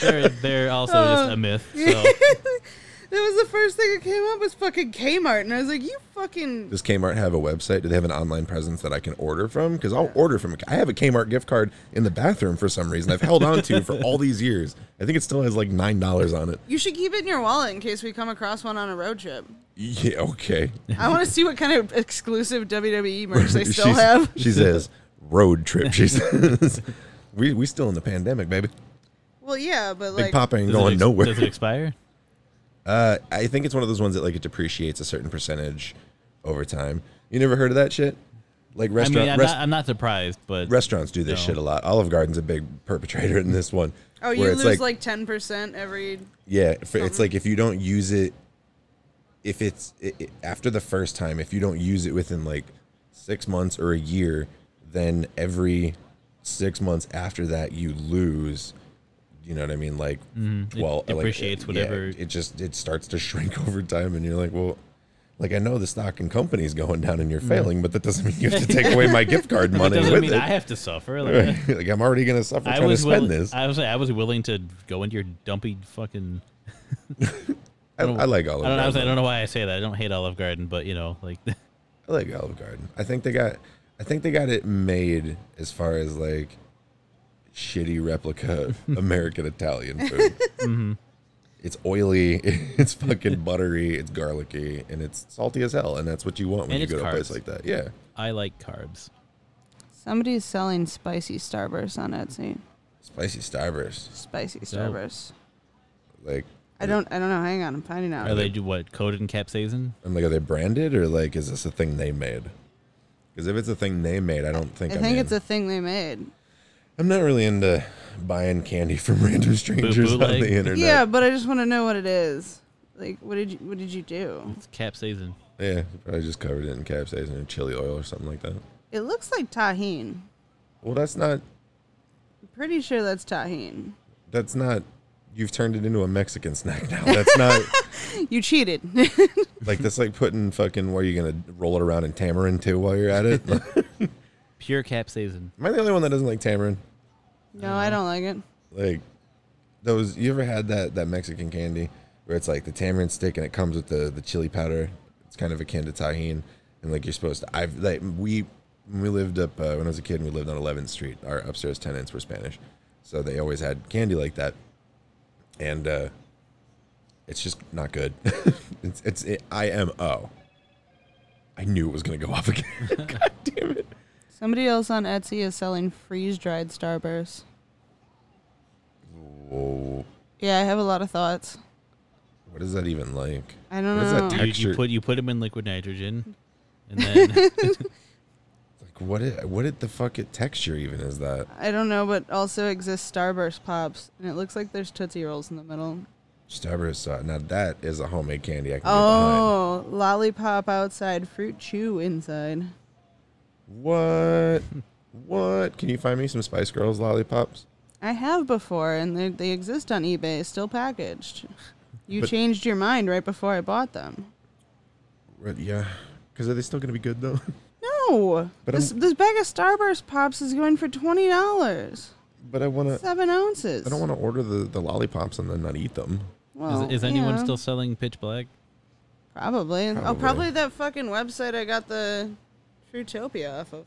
Speaker 1: <laughs> they're, they're also just a myth. So
Speaker 2: That was the first thing that came up was fucking Kmart, and I was like, "You fucking
Speaker 3: Does Kmart have a website? Do they have an online presence that I can order from? Because I'll order from. I have a Kmart gift card in the bathroom for some reason. I've held on to for all these years. I think it still has like nine dollars on it.
Speaker 2: you should keep it in your wallet in case we come across one on a road trip."
Speaker 3: Yeah. Okay.
Speaker 2: I want to see what kind of exclusive WWE merch
Speaker 3: <laughs>
Speaker 2: they still
Speaker 3: She's-
Speaker 2: have.
Speaker 3: She says road trip. She says <laughs> we we still in the pandemic, baby.
Speaker 2: Well, yeah, but
Speaker 3: Big
Speaker 2: like,
Speaker 3: Papa ain't
Speaker 1: Does it
Speaker 3: going
Speaker 1: ex-
Speaker 3: nowhere.
Speaker 1: Does it expire?
Speaker 3: Uh, I think it's one of those ones that like it depreciates a certain percentage over time. You never heard of that shit? Like
Speaker 1: I
Speaker 3: restaurant
Speaker 1: mean, I'm,
Speaker 3: rest-
Speaker 1: not, I'm not surprised, but
Speaker 3: restaurants do this
Speaker 1: No.
Speaker 3: shit a lot. Olive Garden's a big perpetrator in this one.
Speaker 2: oh, you lose like ten percent every.
Speaker 3: Yeah, f it's
Speaker 2: something.
Speaker 3: like if you don't use it, if it's i i after the first time, if you don't use it within like six months or a year, then every six months after that, you lose. You know what I mean? Like,
Speaker 1: Mhm, it
Speaker 3: well,
Speaker 1: depreciates
Speaker 3: yeah,
Speaker 1: whatever-
Speaker 3: it just it starts to <laughs> shrink over time, and you're like, well. Like I know the stock and company's going down and you're failing, but that doesn't mean you have
Speaker 1: <laughs>
Speaker 3: to take away my gift card
Speaker 1: Mm-hmm. That
Speaker 3: money.
Speaker 1: doesn't
Speaker 3: with
Speaker 1: mean
Speaker 3: it.
Speaker 1: I have to suffer. Like,
Speaker 3: Right. <laughs> like I'm already gonna suffer
Speaker 1: I
Speaker 3: trying to
Speaker 1: was
Speaker 3: spend
Speaker 1: willing.
Speaker 3: this. I,
Speaker 1: I was I was willing to go into your dumpy fucking.
Speaker 3: I, like Olive
Speaker 1: I don't, know- I, was- I
Speaker 3: Garden.
Speaker 1: don't know why I say that. I don't hate Olive Garden, but you know, like <laughs>
Speaker 3: I like Olive Garden. I think they got, I think they got it made as far as like
Speaker 1: <laughs>
Speaker 3: shitty replica American Italian food.
Speaker 1: Mm-hmm.
Speaker 3: It's oily, <laughs> it's fucking buttery, it's garlicky, and it's salty as hell. And that's what you want when
Speaker 1: And
Speaker 3: you
Speaker 1: it's
Speaker 3: go to a place
Speaker 1: carbs.
Speaker 3: like that. Yeah,
Speaker 1: I like carbs.
Speaker 2: Somebody's selling spicy Starburst on Etsy.
Speaker 3: spicy starburst.
Speaker 2: Spicy
Speaker 1: Dope.
Speaker 2: Starburst.
Speaker 3: Like,
Speaker 2: I don't. I don't know. Hang on, I'm finding out.
Speaker 1: Are they do what coated in capsaicin?
Speaker 3: I'm like, are they branded or like, is this a thing they made? Because if it's a thing they made, I don't think
Speaker 2: I
Speaker 3: I'm
Speaker 2: think
Speaker 3: in.
Speaker 2: it's a thing they made.
Speaker 3: I'm not really into buying candy from <laughs> random strangers on
Speaker 1: bootleg.
Speaker 3: the internet.
Speaker 2: Yeah, but I just want to know what it is. Like, what did you? What did you do?
Speaker 1: It's capsaicin.
Speaker 3: Yeah, probably just covered it in capsaicin and chili oil or something like that.
Speaker 2: It looks like tahine.
Speaker 3: Well, that's not.
Speaker 2: I'm pretty sure that's tahine.
Speaker 3: That's not. You've turned it into a Mexican snack now. That's not
Speaker 2: You cheated. <laughs>
Speaker 3: like that's like putting fucking. Where you gonna roll it around in tamarind too while you're at it? <laughs> Am
Speaker 1: Pure capsaicin.
Speaker 3: I the only one that doesn't like tamarind?
Speaker 2: no, I don't like it.
Speaker 3: Like those. You ever had that that Mexican candy where it's like the tamarind stick and it comes with the the chili powder? It's kind of akin to tahine, and like you're supposed to. I've like we when we lived up uh, when I was a kid and we lived on 11th Street. Our upstairs tenants were Spanish, so they always had candy like that. and uh, it's just not good. <laughs> it's it's it, I am oh. I knew it was gonna go <laughs> off again. God damn it!
Speaker 2: Somebody else on Etsy is selling freeze dried Starburst.
Speaker 3: Whoa,
Speaker 2: Yeah, I have a lot of thoughts.
Speaker 3: what is that even like?
Speaker 2: I don't
Speaker 3: What is that
Speaker 2: know.
Speaker 1: You,
Speaker 3: Texture.
Speaker 1: you put you put them in liquid nitrogen, and then <laughs>
Speaker 3: Like what? It, what did the fuck it texture even is that?
Speaker 2: I don't know, but also exists Starburst pops, and it looks like there's Tootsie Rolls in the middle.
Speaker 3: Starburst sauce. Now that is a homemade candy. I can
Speaker 2: Oh, lollipop outside, fruit chew inside.
Speaker 3: get behind. What? What? Can you find me some Spice Girls lollipops?
Speaker 2: I have before, and they, they exist on eBay, still
Speaker 3: <laughs>
Speaker 2: packaged. You
Speaker 3: But-
Speaker 2: changed your mind right before I bought them.
Speaker 3: Right, yeah. Because are they still gonna be good though? <laughs>
Speaker 2: No,
Speaker 3: But
Speaker 2: this
Speaker 3: I'm-
Speaker 2: this bag of Starburst pops is going for twenty dollars,
Speaker 3: but I wanna.
Speaker 2: seven ounces.
Speaker 3: I don't wanna order the the lollipops and then not eat them.
Speaker 2: Well,
Speaker 1: is, is anyone
Speaker 2: yeah,
Speaker 1: still selling pitch black?
Speaker 2: Probably. Oh,
Speaker 3: Probably.
Speaker 2: probably that fucking website I got the Trutopia off of.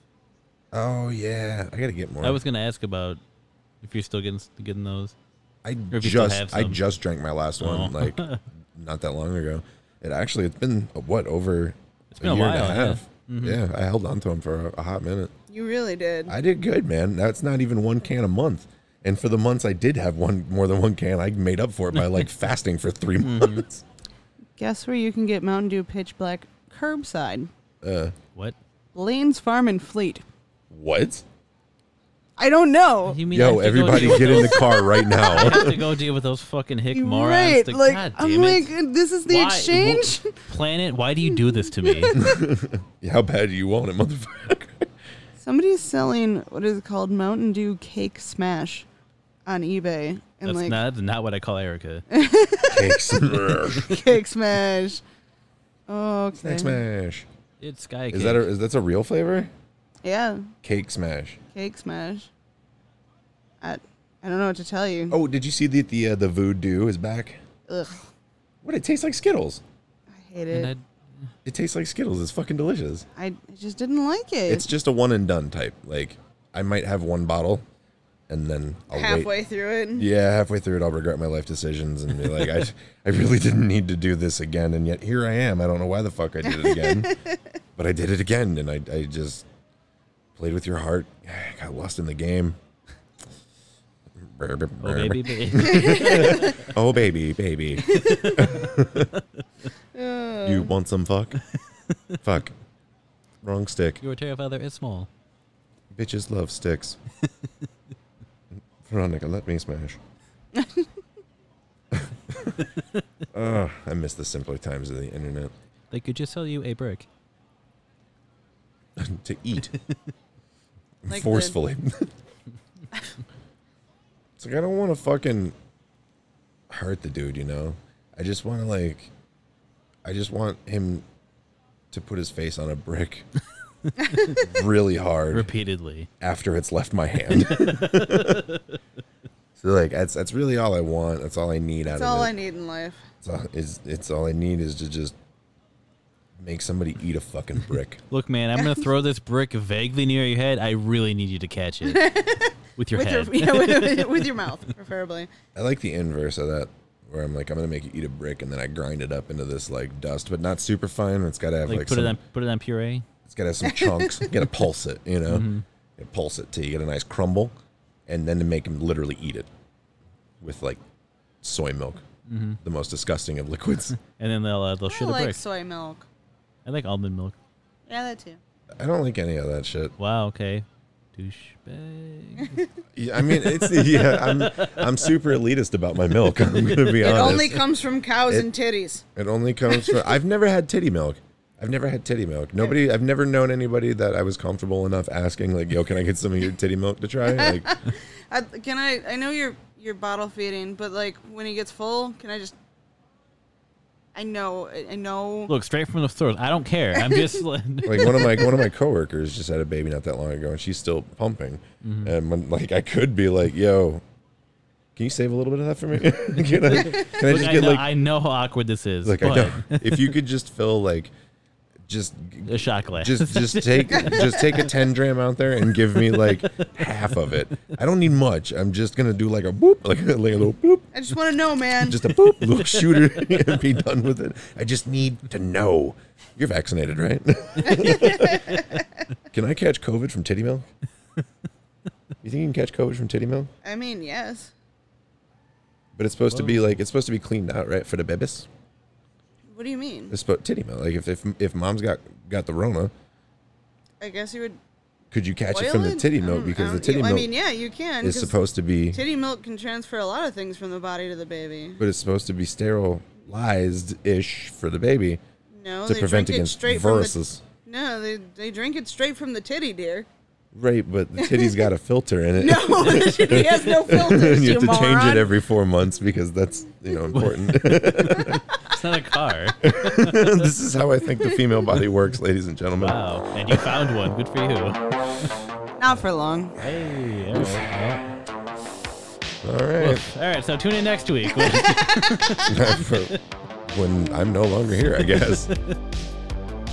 Speaker 3: Oh yeah, I gotta get more.
Speaker 1: I was gonna ask about if you're still getting getting those.
Speaker 3: I
Speaker 1: Or if you still have
Speaker 3: just I
Speaker 1: some.
Speaker 3: just drank my last one
Speaker 1: Oh. <laughs>
Speaker 3: like not that long ago. It actually it's been uh, what over it's
Speaker 1: been a
Speaker 3: year
Speaker 1: while,
Speaker 3: and
Speaker 1: yeah.
Speaker 3: a half.
Speaker 1: Mhm.
Speaker 3: Yeah, I held on to them for a, a hot minute.
Speaker 2: You really did.
Speaker 3: I did good, man. That's not even one can a month. And for the months I did have one more than one can, I made up for it by like fasting for three months.
Speaker 2: Guess where you can get Mountain Dew Pitch Black curbside?
Speaker 3: Uh,
Speaker 1: what?
Speaker 2: Blaine's Farm and Fleet.
Speaker 3: What?
Speaker 2: I don't know.
Speaker 1: You
Speaker 3: Yo, everybody get
Speaker 2: <laughs>
Speaker 3: in the car right
Speaker 1: <laughs> I have
Speaker 3: now. <laughs>
Speaker 1: to go deal with those fucking hick
Speaker 2: You're
Speaker 1: morons.
Speaker 2: Right,
Speaker 1: to-
Speaker 2: like
Speaker 1: God
Speaker 2: I'm
Speaker 1: damn it.
Speaker 2: like, uh, this is the
Speaker 1: Why-
Speaker 2: exchange. <laughs>
Speaker 1: w- <laughs> Planet, why do you do this to me?
Speaker 3: How bad do you want it, motherfucker?
Speaker 2: Somebody's selling what is it called Mountain Dew Cake Smash on eBay, and
Speaker 1: That's
Speaker 2: like
Speaker 1: not <laughs> not what I call Erica.
Speaker 2: <laughs> Cake Smash. Oh, okay.
Speaker 3: Snack smash.
Speaker 1: It's sky
Speaker 3: Is that a, is that's a real flavor?
Speaker 2: Yeah,
Speaker 3: Cake smash.
Speaker 2: Cake Smash. I I don't know what to tell you.
Speaker 3: Oh, did you see that the uh, the voodoo is back?
Speaker 2: Ugh,
Speaker 3: What it tastes like Skittles.
Speaker 2: I hate it.
Speaker 3: It tastes like Skittles. It's fucking delicious.
Speaker 2: I, I just didn't like it.
Speaker 3: It's just a one and done type. Like I might have one bottle, and then I'll
Speaker 2: halfway
Speaker 3: wait.
Speaker 2: through it.
Speaker 3: Yeah, halfway through it, I'll regret my life decisions and be like, I, I really didn't need to do this again, and yet here I am. I don't know why the fuck I did it again, but I did it again, and I, I just played with your heart. I got lost in the game. Oh
Speaker 1: baby,
Speaker 2: <laughs>
Speaker 1: baby.
Speaker 3: <laughs> oh baby, baby. <laughs> you want some fuck? fuck. Wrong stick.
Speaker 1: Your tail feather is small.
Speaker 3: Bitches love sticks. Veronica, let me
Speaker 2: <laughs>
Speaker 3: smash. Ugh, Ah, I miss the simpler times of the internet. <laughs>
Speaker 1: They could just sell you a brick.
Speaker 3: to eat
Speaker 2: Like the- <laughs>
Speaker 3: forcefully. it's like I don't want to fucking hurt the dude, you know. I just want to like, I just want him to put his face on
Speaker 2: <laughs>
Speaker 3: a brick really hard
Speaker 1: Repeatedly.
Speaker 3: after it's left my hand. <laughs> so like that's that's really all I want. That's all I need out
Speaker 2: That's
Speaker 3: of
Speaker 2: all
Speaker 3: it.
Speaker 2: I need in life.
Speaker 3: It's all, is it's all I need is to just make somebody eat a fucking brick.
Speaker 1: Look, man,
Speaker 2: <laughs>
Speaker 1: I'm gonna throw this brick vaguely near your head. I really need you to catch
Speaker 2: <laughs>
Speaker 1: it with your
Speaker 2: with
Speaker 1: head.
Speaker 2: your <laughs> yeah, with,
Speaker 1: <laughs>
Speaker 2: with your mouth, preferably.
Speaker 3: I like the inverse of that, where I'm like, I'm gonna make you eat a brick, and then I grind it up into this like dust, but not super fine. It's gotta have
Speaker 1: like,
Speaker 3: like,
Speaker 1: put
Speaker 3: some,
Speaker 1: it on put it on puree.
Speaker 3: it's gotta have some chunks. You gotta pulse it, you know,
Speaker 1: Mhm.
Speaker 3: You pulse it till you get a nice crumble, and then to make him literally eat it with like soy milk,
Speaker 1: Mhm.
Speaker 3: the most disgusting of liquids.
Speaker 1: And then they'll uh, they'll shit
Speaker 2: I
Speaker 1: a
Speaker 2: like
Speaker 1: brick.
Speaker 2: soy milk.
Speaker 1: I like almond milk.
Speaker 2: Yeah, that too.
Speaker 3: I don't like any of that shit.
Speaker 1: Wow. Okay. Douchebag.
Speaker 3: Yeah, I mean, it's <laughs> yeah, I'm I'm super elitist about my milk. I'm
Speaker 1: <laughs>
Speaker 3: gonna be
Speaker 2: It
Speaker 3: honest.
Speaker 2: only comes from cows
Speaker 3: It-
Speaker 2: and titties.
Speaker 3: It only comes from. I've never had titty milk. I've never had titty milk. Nobody. I've never known anybody that I was comfortable enough asking, like, "Yo, can I get some of your titty milk to try?"
Speaker 1: <laughs>
Speaker 3: Like,
Speaker 2: I, can I? I know you're you're bottle feeding, but like when he gets full, can I just? I know. I I know.
Speaker 1: Look straight from the throat. I don't care. I'm
Speaker 3: <laughs>
Speaker 1: just like
Speaker 3: like one of my one of my coworkers just had a baby not that long ago, and she's still pumping.
Speaker 1: Mm-hmm.
Speaker 3: And when, like, I could be like, "Yo, can you save a little bit of that for me? <laughs> can I, can I
Speaker 1: Look,
Speaker 3: just
Speaker 1: I
Speaker 3: get
Speaker 1: know,
Speaker 3: like,
Speaker 1: I know how awkward this is.
Speaker 3: like, I
Speaker 1: but
Speaker 3: know if you could just fill like, just
Speaker 1: <laughs> a shot glass.
Speaker 2: <laughs>
Speaker 3: just just take just take a 10 dram out there and give me like half of it i don't need much i'm just gonna do like a boop <laughs> like, a- like a little boop
Speaker 2: I just want to know, man.
Speaker 3: just a boop
Speaker 2: <laughs>
Speaker 3: little shooter and be done with it i just need to know you're
Speaker 2: <laughs>
Speaker 3: vaccinated right can i catch covid from titty milk you think you can catch covid from titty milk
Speaker 2: I mean, yes.
Speaker 3: but it's supposed to be like it's supposed to be cleaned out right for the babies
Speaker 2: What do you mean?
Speaker 3: it's supposed titty milk like if if, if mom's got got the rona
Speaker 2: I guess you would.
Speaker 3: could you catch it
Speaker 2: boil
Speaker 3: from the titty
Speaker 2: I
Speaker 3: milk
Speaker 2: don't-
Speaker 3: because
Speaker 2: Mm, I
Speaker 3: the
Speaker 2: don't- I
Speaker 3: titty milk
Speaker 2: mean, yeah, you can.
Speaker 3: is
Speaker 2: 'cause
Speaker 3: supposed to be
Speaker 2: Titty milk can transfer a lot of things from the body to the baby.
Speaker 3: but it's supposed to be sterilized ish for the baby
Speaker 2: No,
Speaker 3: to
Speaker 2: they
Speaker 3: prevent
Speaker 2: drink it
Speaker 3: against
Speaker 2: straight
Speaker 3: viruses.
Speaker 2: from the. No, they they drink it straight from the titty, dear. <laughs>
Speaker 3: Right, but the titty's got a filter in it.
Speaker 2: No, the titty has no filters,
Speaker 3: <laughs> and you have
Speaker 2: you
Speaker 3: to change
Speaker 2: moron.
Speaker 3: it every four months because that's you know important. <laughs>
Speaker 1: it's not a car.
Speaker 3: this is how I think the female body works, ladies and gentlemen.
Speaker 1: Wow. And you found one. Good for you.
Speaker 2: Not for long.
Speaker 1: Hey. all right.
Speaker 3: All right. <laughs>
Speaker 1: All right. So tune in next week.
Speaker 3: For when I'm no longer here,
Speaker 2: <laughs>
Speaker 3: I guess.
Speaker 1: <laughs>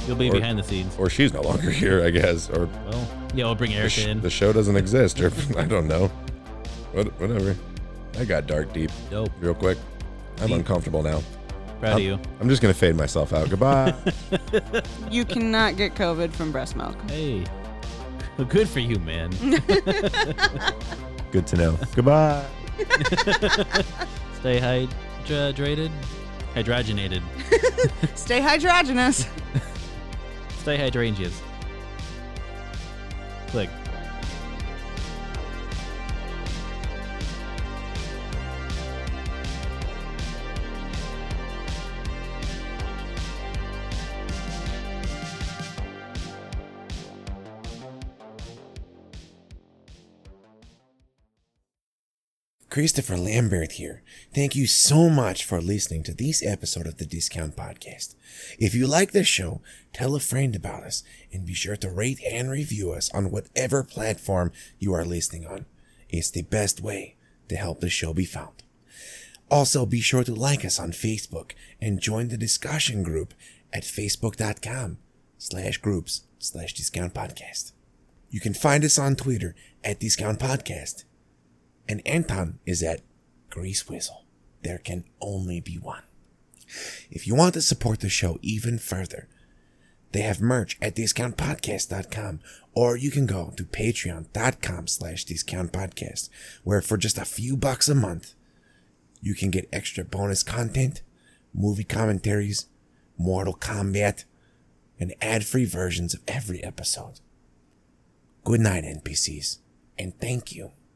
Speaker 1: You'll be
Speaker 3: Or-
Speaker 1: behind the scenes.
Speaker 3: Or she's no longer here, I guess. Or
Speaker 1: Well, yeah, we'll bring
Speaker 3: the,
Speaker 1: Erica
Speaker 3: sh-
Speaker 1: in.
Speaker 3: the show doesn't exist, or <laughs> I don't know. What, whatever. I got dark deep.
Speaker 1: Dope.
Speaker 3: Real quick. I'm
Speaker 1: Deep.
Speaker 3: uncomfortable now.
Speaker 1: Proud
Speaker 3: I'm,
Speaker 1: of you.
Speaker 3: I'm just gonna fade myself out. Goodbye.
Speaker 2: <laughs> You cannot get COVID from breast milk.
Speaker 1: Hey. Well, good for you,
Speaker 3: <laughs>
Speaker 1: man.
Speaker 3: Good to know. Goodbye.
Speaker 1: Stay hydrated. Hydrogenated.
Speaker 2: Stay hydrogenous.
Speaker 1: Stay hydrangeas. Click.
Speaker 6: Christopher Lambert here. Thank you so much for listening to this episode of the Discount Podcast. If you like this show, tell a friend about us and be sure to rate and review us on whatever platform you are listening on. It's the best way to help the show be found. Also, be sure to like us on Facebook and join the discussion group at facebook.com slash groups slash discount podcast. You can find us on Twitter at discount podcast and Anton is at Grease Whistle. There can only be one. If you want to support the show even further, they have merch at discountpodcast.com or you can go to patreon.com slash discountpodcast where for just a few bucks a month, you can get extra bonus content, movie commentaries, Mortal Kombat, and ad-free versions of every episode. Good night, NPCs, and thank you